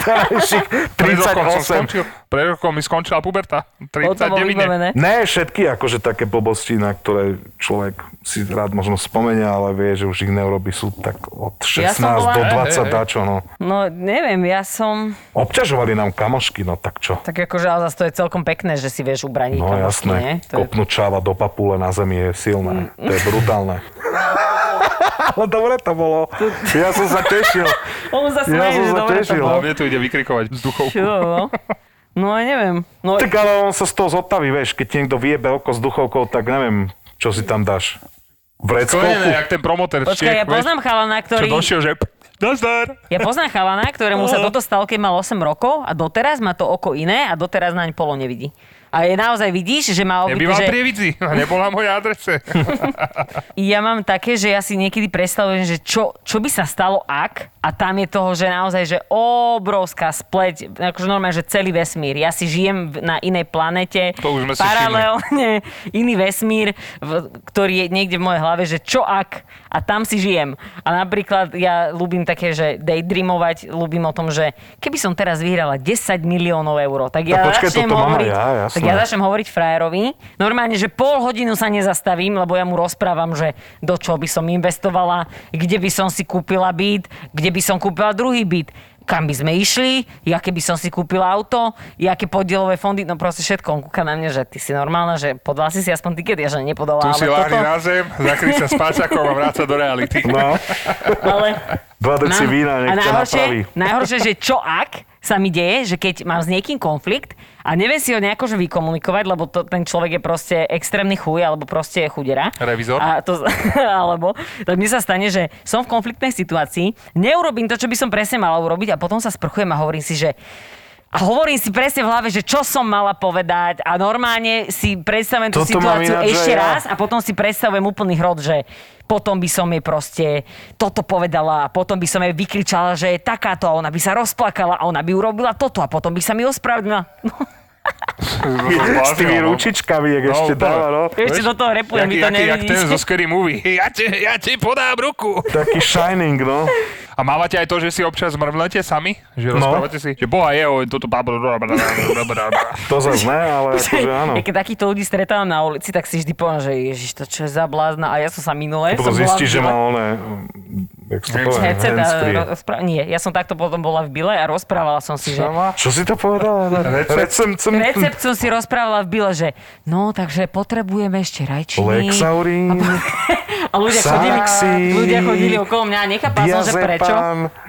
S2: terajších
S1: Pred rokom som
S2: 38.
S1: skončil, pred rokom mi skončila puberta.
S3: O to bolo
S1: 39.
S3: vybavené.
S2: Ne, všetky akože také blbosti, na ktoré človek si rád možno spomenia, ale vie, že už ich neurobi sú tak od 16
S3: Ja som bola-
S2: do
S1: Hej, hej,
S2: 20
S1: hej.
S2: dačo, no.
S3: No neviem, ja som...
S2: Obťažovali nám kamošky, no tak čo?
S3: Tak akože, ale zase to je celkom pekné, že si vieš ubraniť.
S2: No
S3: kamošky,
S2: jasné,
S3: nie? To je... Mm.
S2: kopnúť čáva do papule na zemi je silné, to je brutálne. Ale dobre to bolo. Ja som sa tešil.
S3: On sa
S2: Ja
S3: smeje,
S2: som
S3: že
S2: sa
S3: dobre to
S2: tešil. no.
S1: A
S3: bolo.
S1: mne tu ide vykrikovať vzduchov.
S3: Čo? no? No ja neviem. No,
S2: Tak ale on sa z toho zotaví, vieš, keď ti niekto vie belko s duchovkou, tak neviem, čo si tam dáš.
S1: Sklenené,
S2: Vreckovku?
S1: jak ten promoter. v
S3: počkaj, ja
S1: Čiech, vieš,
S3: poznám chalana,
S1: Čo
S3: ktorý...
S1: došiel, že p- nazdar.
S3: Ja poznám chalana, ktorému sa toto stalo, keď mal 8 rokov a doteraz má to oko iné a doteraz naň polo nevidí. A je naozaj vidíš, že má obyt,
S1: Nebýval
S3: že...
S1: že... prievidzi, nebola na mojej adrese.
S3: Ja mám také, že ja si niekedy predstavujem, že čo, čo by sa stalo ak a tam je toho, že naozaj, že obrovská spleť, akože normálne, že celý vesmír. Ja si žijem v- na inej planete,
S1: To už sme si
S3: paralelne iný vesmír, v, ktorý je niekde v mojej hlave, že čo ak a tam si žijem. A napríklad ja ľúbim také, že daydreamovať, ľúbim o tom, že keby som teraz vyhrala 10 miliónov eur, tak ja
S2: počkaj,
S3: začnem
S2: toto mám aj
S3: hovoriť,
S2: ja, jasné.
S3: tak ja začnem hovoriť frajerovi. Normálne, že pol hodinu sa nezastavím, lebo ja mu rozprávam, že do čo by som investovala, kde by som si kúpila byt, kde by som kúpila druhý byt, kam by sme išli, aké by som si kúpila auto, aké podielové fondy, no proste všetko. On kúka na mňa, že ty si normálna, že podala si si aspoň tiket, ja že nepodala,
S1: Tu
S3: ale
S1: si
S3: toto...
S1: láhni na zem, zakry sa spáčakom a vráca do reality.
S2: No,
S3: Ale
S2: dva deci
S3: Mám-
S2: vína, nech
S3: No. a
S2: ťa
S3: najhoršie, no.
S2: napraví.
S3: najhoršie, že čo ak sa mi deje, že keď mám s niekým konflikt a neviem si ho nejako že vykomunikovať, lebo to, ten človek je proste extrémny chuj, alebo proste je chudera.
S1: Revizor.
S3: A to, alebo, tak mne sa stane, že som v konfliktnej situácii, neurobím to, čo by som presne mala urobiť a potom sa sprchujem a hovorím si, že a hovorím si presne v hlave, že čo som mala povedať a normálne si predstavujem tú
S2: Toto mám
S3: situáciu
S2: ináč aj
S3: ešte
S2: ja.
S3: raz a potom si predstavujem úplný hrod, že potom by som jej proste toto povedala a potom by som jej vykričala, že je takáto a ona by sa rozplakala a ona by urobila toto a potom by sa mi ospravedlnila. No,
S2: S tými
S1: No.
S2: ručičkami, jak
S1: No,
S2: ešte
S1: úplne.
S2: dáva, no.
S3: ešte do toho repujem, vy
S1: Jaký,
S3: to
S1: jaký, jak ten zo
S3: nevidíte.
S1: Scary Movie. Ja ti, ja ti podám ruku.
S2: Taký shining, no.
S1: A mávate aj to, že si občas mrvnete sami? Že
S2: No.
S1: rozprávate si, že boha je, oj, toto babo...
S2: To zase ne, ale akože áno.
S3: Ja keď takýchto ľudí stretávam na ulici, tak si vždy poviem, že ježiš, to čo je za blázna. A ja som sa minule...
S2: Potom
S3: som bola
S2: zistí,
S3: v
S2: že
S3: Bile-
S2: má oné, jak sa to povie,
S3: headset a
S2: handsfree.
S3: rozpra- Nie, ja som takto potom bola v Bile a rozprávala som si, že...
S2: Čo si to povedala?
S1: Recept.
S2: Recept.
S3: Recept som si rozprávala v Bile, že no, takže potrebujeme ešte rajčiny.
S2: Lexaurín.
S3: A ľudia chodili,
S2: Xanaxi,
S3: ľudia chodili okolo mňa a nechápala som, že
S2: diazepam.
S3: prečo.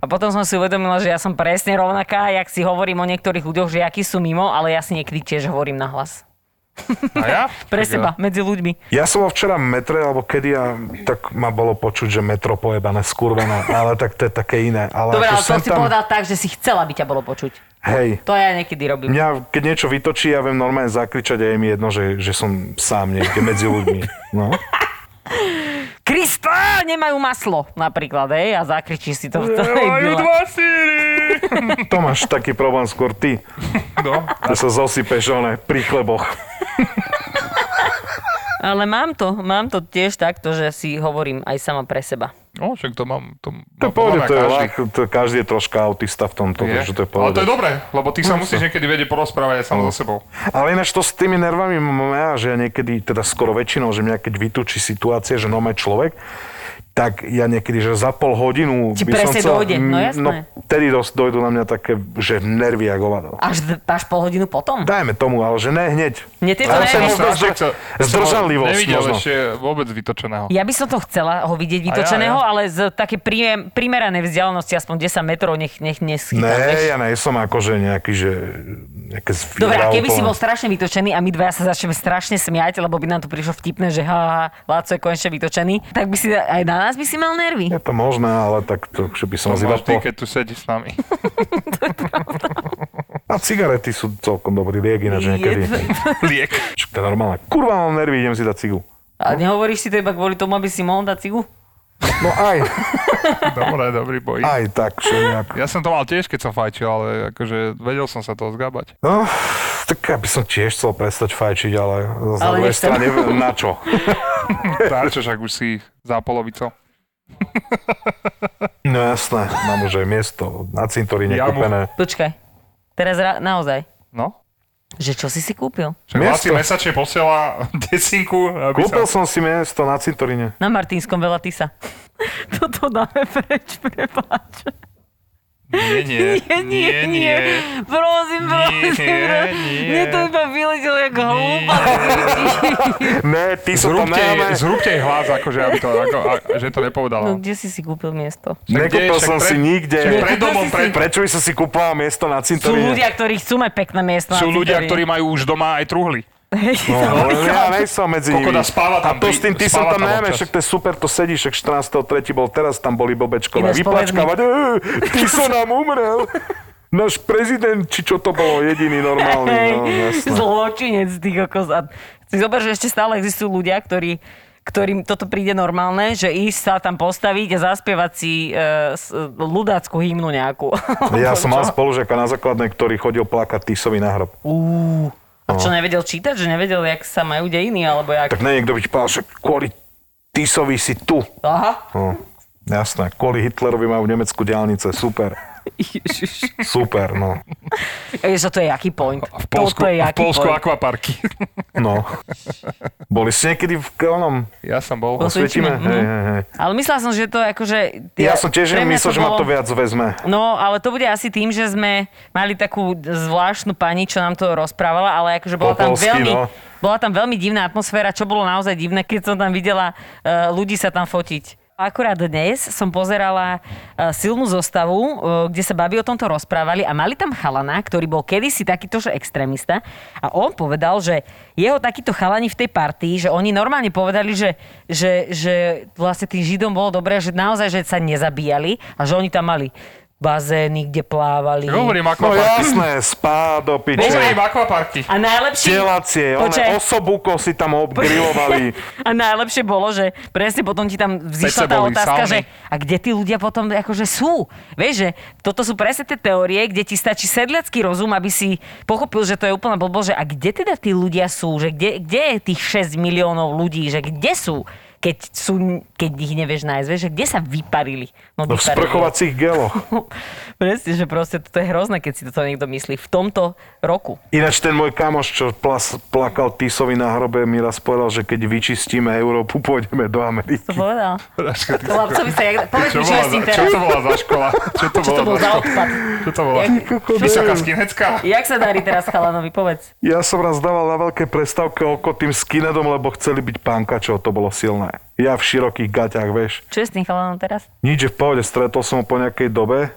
S3: A potom som si uvedomila, že ja som presne rovnaká, jak si hovorím o niektorých ľuďoch, že akí sú mimo, ale ja si niekedy tiež hovorím na hlas.
S1: A ja? Tak
S3: Pre
S1: ja.
S3: seba, medzi ľuďmi.
S2: Ja som bol včera v metre, alebo kedy, a tak ma bolo počuť, že metro pojebané, skurvené, ale tak to je také iné. Ale
S3: Dobre,
S2: ako
S3: ale to
S2: som
S3: si povedal tak, že si chcela, aby ťa bolo počuť.
S2: Hej,
S3: To ja niekedy robím.
S2: mňa, keď niečo vytočí, ja viem normálne zakričať a je mi jedno, že, že som sám niekde medzi ľuďmi. No.
S3: Krista, nemajú maslo, napríklad, hej, a zakričíš si to v
S1: Majú
S3: celej bile.
S1: eh, dva síry.
S2: To máš taký problém skôr ty,
S1: No,
S2: že sa zosypeš oné pri chleboch.
S3: Ale mám to, mám to tiež takto, že si hovorím aj sama pre seba.
S1: no, však to mám... To, má
S2: To je
S1: No, podľa
S2: pohode,
S1: mňa
S2: to je
S1: každý.
S2: ľah, to, každý je troška autista v tomto,
S1: Je.
S2: takže to je
S1: Ale
S2: pohode. No.
S1: to je dobré, lebo ty sa musíš niekedy vedieť porozprávať aj sám so sebou.
S2: Ale ináč to s tými nervami mám ja, že ja niekedy, teda skoro väčšinou, že mňa keď vytúči situácia, že nome človek, tak ja niekedy, že za pol hodinu
S3: Ti
S2: by som
S3: presne
S2: chcel,
S3: dojde, no
S2: Mm,
S3: jasné.
S2: No tedy dos, dojdú na mňa také, že nervy jak hovado.
S3: Až, d- až pol hodinu potom.
S2: Dajme tomu, ale že ne hneď.
S3: Mne tieto
S2: Ale
S3: nervy-
S2: som
S3: Ja
S2: možno, že
S1: chcel-
S2: zdržanlivosť
S1: Nevidel
S2: možno.
S1: ešte vôbec vytočeného.
S3: Ja by som to chcela ho vidieť vytočeného,
S1: A ja,
S3: ale z také príjem, primeranej vzdialenosti, aspoň 10 metrov, nech, nech neschytá.
S2: Ne,
S3: vieš.
S2: ja nie som akože nejaký, že nejaké
S3: Dobre, a keby si
S2: zvierautované.
S3: bol strašne vytočený a my dvaja sa začneme strašne smiať, lebo by nám to prišlo vtipné, že ha, ha, Láco je konečne vytočený, tak by si aj na nás by si mal nervy.
S2: Je to možné, ale tak to, že by som vás
S1: No,
S2: iba
S1: Máš ty,
S2: po...
S1: keď tu sedí s nami.
S2: A cigarety sú celkom dobrý liek, ináč niekedy.
S1: Liek.
S2: Čo to je normálne. Kurva, mám nervy, idem si dať cigu.
S3: A nehovoríš si to iba kvôli tomu, aby si mohol dať cigu?
S2: No aj,
S1: Dobre, dobrý boj.
S2: aj tak, že nejak.
S1: Ja som to mal tiež, keď som fajčil, ale akože vedel som sa toho zgábať.
S2: No, tak ja by som tiež chcel prestať fajčiť, ale zase na
S3: Ale
S2: druhej
S3: nechcem.
S2: strane neviem na čo.
S1: Prečo však už si za polovico.
S2: No jasné, mám už aj miesto na cintoríne
S1: Jamu.
S2: kúpené.
S3: Počkaj, teraz ra- naozaj,
S1: No?
S3: že čo si si kúpil?
S1: Však
S2: Miesto.
S1: Laci mesačne posiela desinku, aby
S2: Kúpil
S1: sa...
S2: som si miesto na cintoríne.
S3: Na Martinskom veľa tisa. Toto dáme preč, prepáč.
S1: Nie, nie, nie, nie.
S3: Prosím,
S1: Nie,
S3: prosím, prosím.
S1: nie.
S3: Mne to iba vyletelo jak hlúpa.
S2: Ne, ty sú to
S1: Zhrubte, jej-
S2: máme.
S1: zhrubte jej hlas, akože, aby to, ako, a, že to
S3: No
S1: nepovedala.
S3: kde si si kúpil miesto?
S1: Však
S2: Nekúpil
S1: však
S2: som si nikde.
S1: Však pred domom,
S3: Nekúpil si
S1: pred, pred,
S2: Prečo by som si kúpoval miesto na
S3: Sú
S2: cintoríne?
S3: ľudia, ktorí chcú mať pekné miesto.
S1: sú ľudia, ktorí majú už doma aj truhly.
S2: No, ale ja nejsem medzi nimi.
S1: Kokoda spáva tam
S2: a to
S1: pri-
S2: s tým, ty som
S1: spáva tam
S2: tam najmä,
S1: občas.
S2: však to je super, to sedíš, však 14.3. bol teraz, tam boli bobečkové.
S3: Ináč
S2: Vyplačkávať, "Ej, ty som nám umrel. Náš prezident, či čo to bolo, jediný normálny.
S3: Hej,
S2: No, jasné.
S3: zločinec, ty kokos. A si zober, že ešte stále existujú ľudia, ktorí ktorým toto príde normálne, že ísť sa tam postaviť a zaspievať si e, s- ľudácku hymnu nejakú.
S2: Ja som mal spolužiaka na základnej, ktorý chodil plakať Tisovi na hrob.
S3: A čo, nevedel čítať? Že nevedel, jak sa majú dejiny? Alebo jak...
S2: Tak ne niekto by ti povedal, že kvôli Tisovi si tu.
S3: Aha.
S2: No, jasné, kvôli Hitlerovi majú v Nemecku diálnice, super.
S3: Ježiš.
S2: Super, no.
S3: Ježiš, to je jaký point.
S1: A v Polsku,
S3: Toto je
S1: a v
S3: jaký
S1: Polsku
S3: point.
S1: akvaparky.
S2: no. Boli ste niekedy v onom
S1: Ja som bol.
S3: Bol som-
S2: svetíme?
S3: Svietime, mhm.
S2: Hej, hej, hej.
S3: Ale myslela som, že to je akože...
S2: Ja som tiež
S3: pre mňa
S2: myslel,
S3: to
S2: že ma
S3: bolo-
S2: to viac vezme.
S3: No, ale to bude asi tým, že sme mali takú zvláštnu pani, čo nám to rozprávala, ale akože bola
S2: Po
S3: tam
S2: polsky,
S3: veľmi...
S2: no.
S3: Bola tam veľmi divná atmosféra, čo bolo naozaj divné, keď som tam videla eh, ľudí sa tam fotiť. Akurát dnes som pozerala eh, silnú zostavu, eh, kde sa babi o tomto rozprávali a mali tam chalana, ktorý bol kedysi takýto, že extrémista a on povedal, že jeho takíto chalani v tej partii, že oni normálne povedali, že, že, že vlastne tým Židom bolo dobré, že naozaj, že sa nezabíjali a že oni tam mali bazény, kde plávali.
S1: Hovorím
S2: No
S1: akvaparky.
S2: jasné, spá do piče.
S1: Hovorím akvaparky.
S3: A najlepšie...
S2: Stielacie,
S3: Počkaj.
S2: one osobuko si tam obgrilovali.
S3: A najlepšie bolo, že presne potom ti tam
S1: Veď sa
S3: vzýšla tá
S1: boli
S3: otázka,
S1: sauny.
S3: že a kde tí ľudia potom akože sú? Vieš, že toto sú presne tie teórie, kde ti stačí sedliacký rozum, aby si pochopil, že to je úplne blbo, že a kde teda tí ľudia sú? Že kde, kde je tých 6 miliónov ľudí? Že kde sú? Keď, sú, keď ich nevieš nájsť, vieš, že kde sa vyparili?
S2: No v
S3: vyparili.
S2: sprchovacích geloch.
S3: Presne, že proste toto je hrozné, keď si toto niekto myslí v tomto roku.
S2: Ináč ten môj kamoš, čo plas, plakal Tisovi na hrobe, mi raz povedal, že keď vyčistíme Európu, pôjdeme do Ameriky.
S3: To povedal.
S2: No,
S3: Chlapcovi sa jak... Povedz
S1: Čo,
S3: mi, čo
S1: bola
S3: je s
S1: za,
S3: tým
S1: čo
S3: teraz.
S1: to bola za škola? Čo to,
S3: Čo to bol
S1: bola
S3: za
S1: škola?
S3: odpad?
S1: Čo to bola?
S3: Jak-
S1: Vysoká skinhecká?
S3: Jak sa darí teraz chalanovi, povedz.
S2: Ja som raz dával na veľké prestávke oko tým skinheadom, lebo chceli byť pankačov, to bolo silné. Ja v širokých gaťach, vieš.
S3: Čo je s tým chalanom teraz?
S2: Nič, že v pohode, stretol som ho po nejakej dobe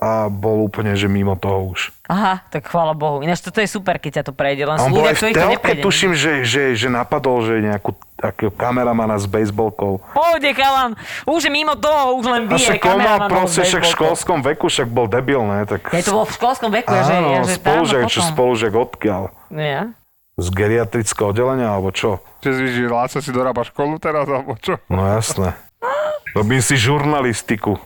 S2: a bol úplne, že mimo toho už.
S3: Aha, tak chvála Bohu. Ináč toto je super, keď ťa to prejde, len
S2: A
S3: sú
S2: on bol
S3: ľudia,
S2: aj v
S3: ktorí to
S2: telke,
S3: neprejde.
S2: tuším, že, že, že napadol, že nejakú takého kameramana s bejsbolkou.
S3: Pôjde chalan, už je mimo toho, už len
S2: A
S3: bije
S2: však on mal
S3: kameramanov
S2: proste
S3: s
S2: však v
S3: bejsbolkou.
S2: školskom veku, však bol debil, ne? Tak...
S3: Ja to bolo v školskom veku, ja, že,
S2: Áno,
S3: ja, že
S2: spolužiak,
S3: tam
S2: čo
S3: a potom.
S2: spolužiak odkiaľ?
S3: Ja.
S2: Z geriatrického oddelenia, alebo čo?
S1: Čo si, že Láca si dorába školu teraz, alebo čo?
S2: No jasné. Robím si žurnalistiku.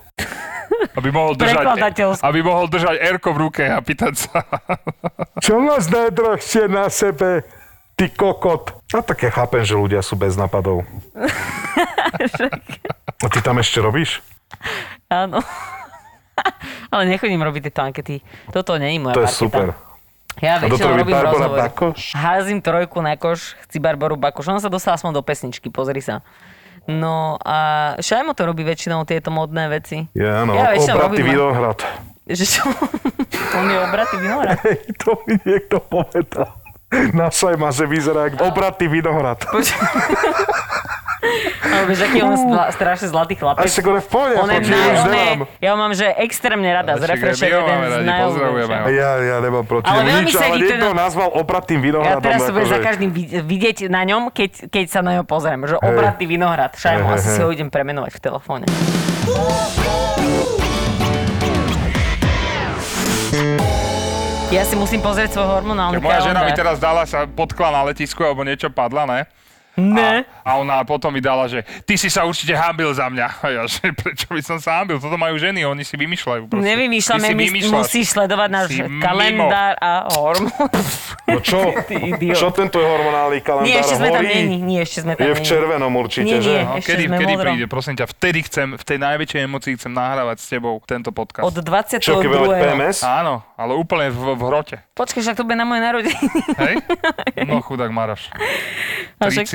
S1: Aby mohol držať,
S3: Prekladateľskú.
S1: aby mohol držať Erko v ruke a pýtať sa.
S2: Čo máš najdrahšie na sebe, ty kokot? A tak ja chápem, že ľudia sú bez napadov. A ty tam ešte robíš?
S3: Áno. Ale nechodím robiť tieto ankety. Toto není moja
S2: To je
S3: parketa.
S2: super.
S3: Ja
S2: A toto
S3: väčšinou
S2: robí
S3: robím
S2: Barbara
S3: rozhovory.
S2: Bakoš?
S3: Házim trojku na koš, chci Barbaru Bakoš. Ona sa dostala som do pesničky, pozri sa. No a Šajmo to robí väčšinou tieto modné veci.
S2: Ja, no,
S3: ja väčšinou
S2: obraty
S3: robím...
S2: Vinohrad.
S3: Že čo? On je obratý vinohrad.
S2: Hej, to mi niekto povedal. Na sajma, že vyzerá ako obraty Vinohrad.
S3: Ale vieš, aký je on zla, strašne zlatý
S2: A
S3: chlapec.
S2: ešte gore v pohode,
S3: On je,
S2: akože ja
S3: naj,
S2: už
S3: on je,
S2: nemám.
S3: ja ho mám, že extrémne rada. Z
S1: Ale však aj my
S3: Refresher
S1: ho
S3: jeden
S1: máme
S3: z
S1: radi, pozdravujeme ho.
S3: najobľúbenejších.
S2: Ja, ja nemám proti
S3: Ale
S2: nemu
S3: veľmi
S2: nič,
S3: sa
S2: ale
S3: ti to
S2: niekto
S3: na-
S2: nazval obratým
S3: Ja
S2: vinohradom.
S3: teraz to budeš za
S2: akože.
S3: každým vid- vidieť na ňom, keď, keď sa na ňo pozriem. Že obratný vinohrad. Šajmo,
S2: Hej,
S3: asi
S2: hej,
S3: si ho
S2: hej.
S3: idem premenovať v telefóne. Ja si musím pozrieť svoj hormonálny
S1: Moja žena mi teraz
S2: teda-
S3: kalendár.
S1: dala sa potkla na letisku alebo niečo padla, ne?
S3: Ne.
S1: A ona potom mi dala, že ty si sa určite hábil za mňa. A ja, že prečo by som sa hábil? Toto majú ženy, oni si vymýšľajú. Proste.
S3: Nevymýšľame,
S1: Ty si
S3: my
S1: vymýšľaš.
S3: musíš sledovať náš
S1: Si mimo.
S3: kalendár a hormón.
S2: No čo?
S3: Ty idiot.
S2: Čo tento hormonálny kalendár
S3: Nie, ešte sme tam
S2: hovorí?
S3: není. Nie, ešte sme tam
S2: Je v
S3: není.
S2: červenom určite,
S3: Nie,
S2: že?
S3: nie.
S1: No,
S3: Ešte
S1: kedy,
S3: sme
S1: kedy
S3: modrom.
S1: príde, prosím ťa, vtedy chcem, v tej najväčšej emocii chcem nahrávať s tebou tento podcast.
S3: Od 22.
S2: Čo keď veľa PMS?
S1: Áno, ale úplne v, v hrote.
S3: Počkaj, však to bude na moje narodeniny.
S1: Hej? No chudák Maraš.
S3: A však-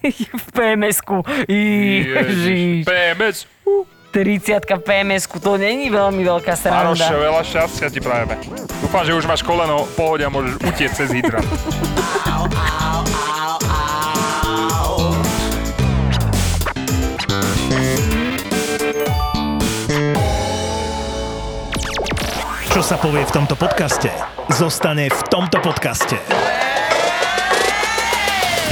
S1: 30
S3: v PMS-ku. Ježiš.
S1: PMS.
S3: 30 v PMS-ku, to není veľmi veľká
S1: Maroš,
S3: sranda.
S1: veľa šťastia ti prajeme. Dúfam, že už máš koleno v pohode a môžeš utieť cez hydra.
S4: Čo sa povie v tomto podcaste, zostane v tomto podcaste.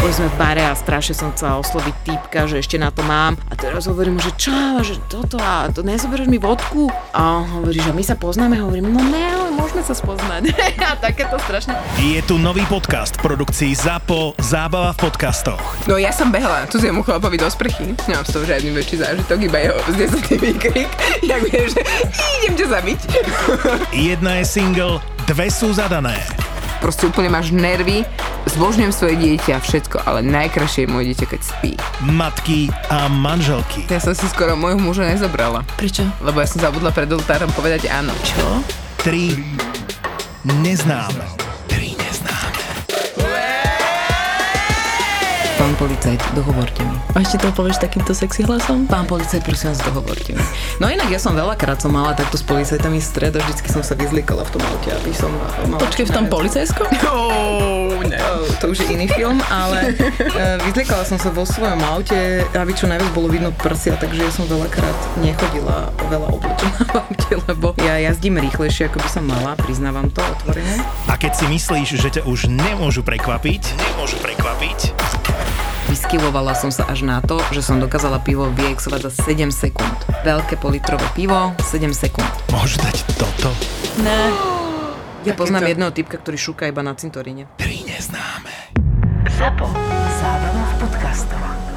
S5: Boli sme v bare a strašne som chcela osloviť týpka, že ešte na to mám. A teraz hovorím, mu, že čo, že toto a to nezoberieš mi vodku? A on hovorí, že my sa poznáme. Hovorím, no ne, ale môžeme sa spoznať. a takéto strašné.
S4: Je tu nový podcast v produkcii ZAPO Zábava v podcastoch.
S6: No ja som behala cudziemu chlapovi do sprchy. Nemám z toho žiadny väčší zážitok, iba jeho vznesený výkrik. Ja viem, že idem ťa zabiť.
S4: Jedna je single, dve sú zadané.
S6: Proste úplne máš nervy. Zbožňujem svoje dieťa, všetko, ale najkrajšie je moje dieťa, keď spí.
S4: Matky a manželky.
S6: Ja som si skoro môjho muža nezobrala,
S5: Prečo?
S6: lebo ja som zabudla pred oltárom povedať áno. Čo?
S4: Tri neznáme. Tri neznáme.
S5: Pán policajt, dohovorte mi.
S7: A ešte to povieš takýmto sexy hlasom?
S5: Pán policajt, prosím vás, dohovorte mi. No inak ja som veľakrát som mala takto s policajtami stred a vždycky som sa vyzlikala v tom aute, aby som mala...
S7: Počkej, v tom policajskom?
S5: Oh, ne. To už je iný film, ale uh, vyzliekala som sa vo svojom aute, aby čo najviac bolo vidno prsia, takže ja som veľakrát nechodila veľa oblečená v aute, lebo ja jazdím rýchlejšie, ako by som mala, priznávam to otvorene.
S4: A keď si myslíš, že ťa už nemôžu prekvapiť, nemôžu prekvapiť,
S5: Vyskyvovala som sa až na to, že som dokázala pivo vyexovať za 7 sekúnd. Veľké politrové pivo, 7 sekúnd.
S4: Môžu dať toto?
S5: Ja poznám jedného typka, ktorý šúka iba na cintoríne.
S4: Tri neznáme.
S8: Zábrná v podcastovách.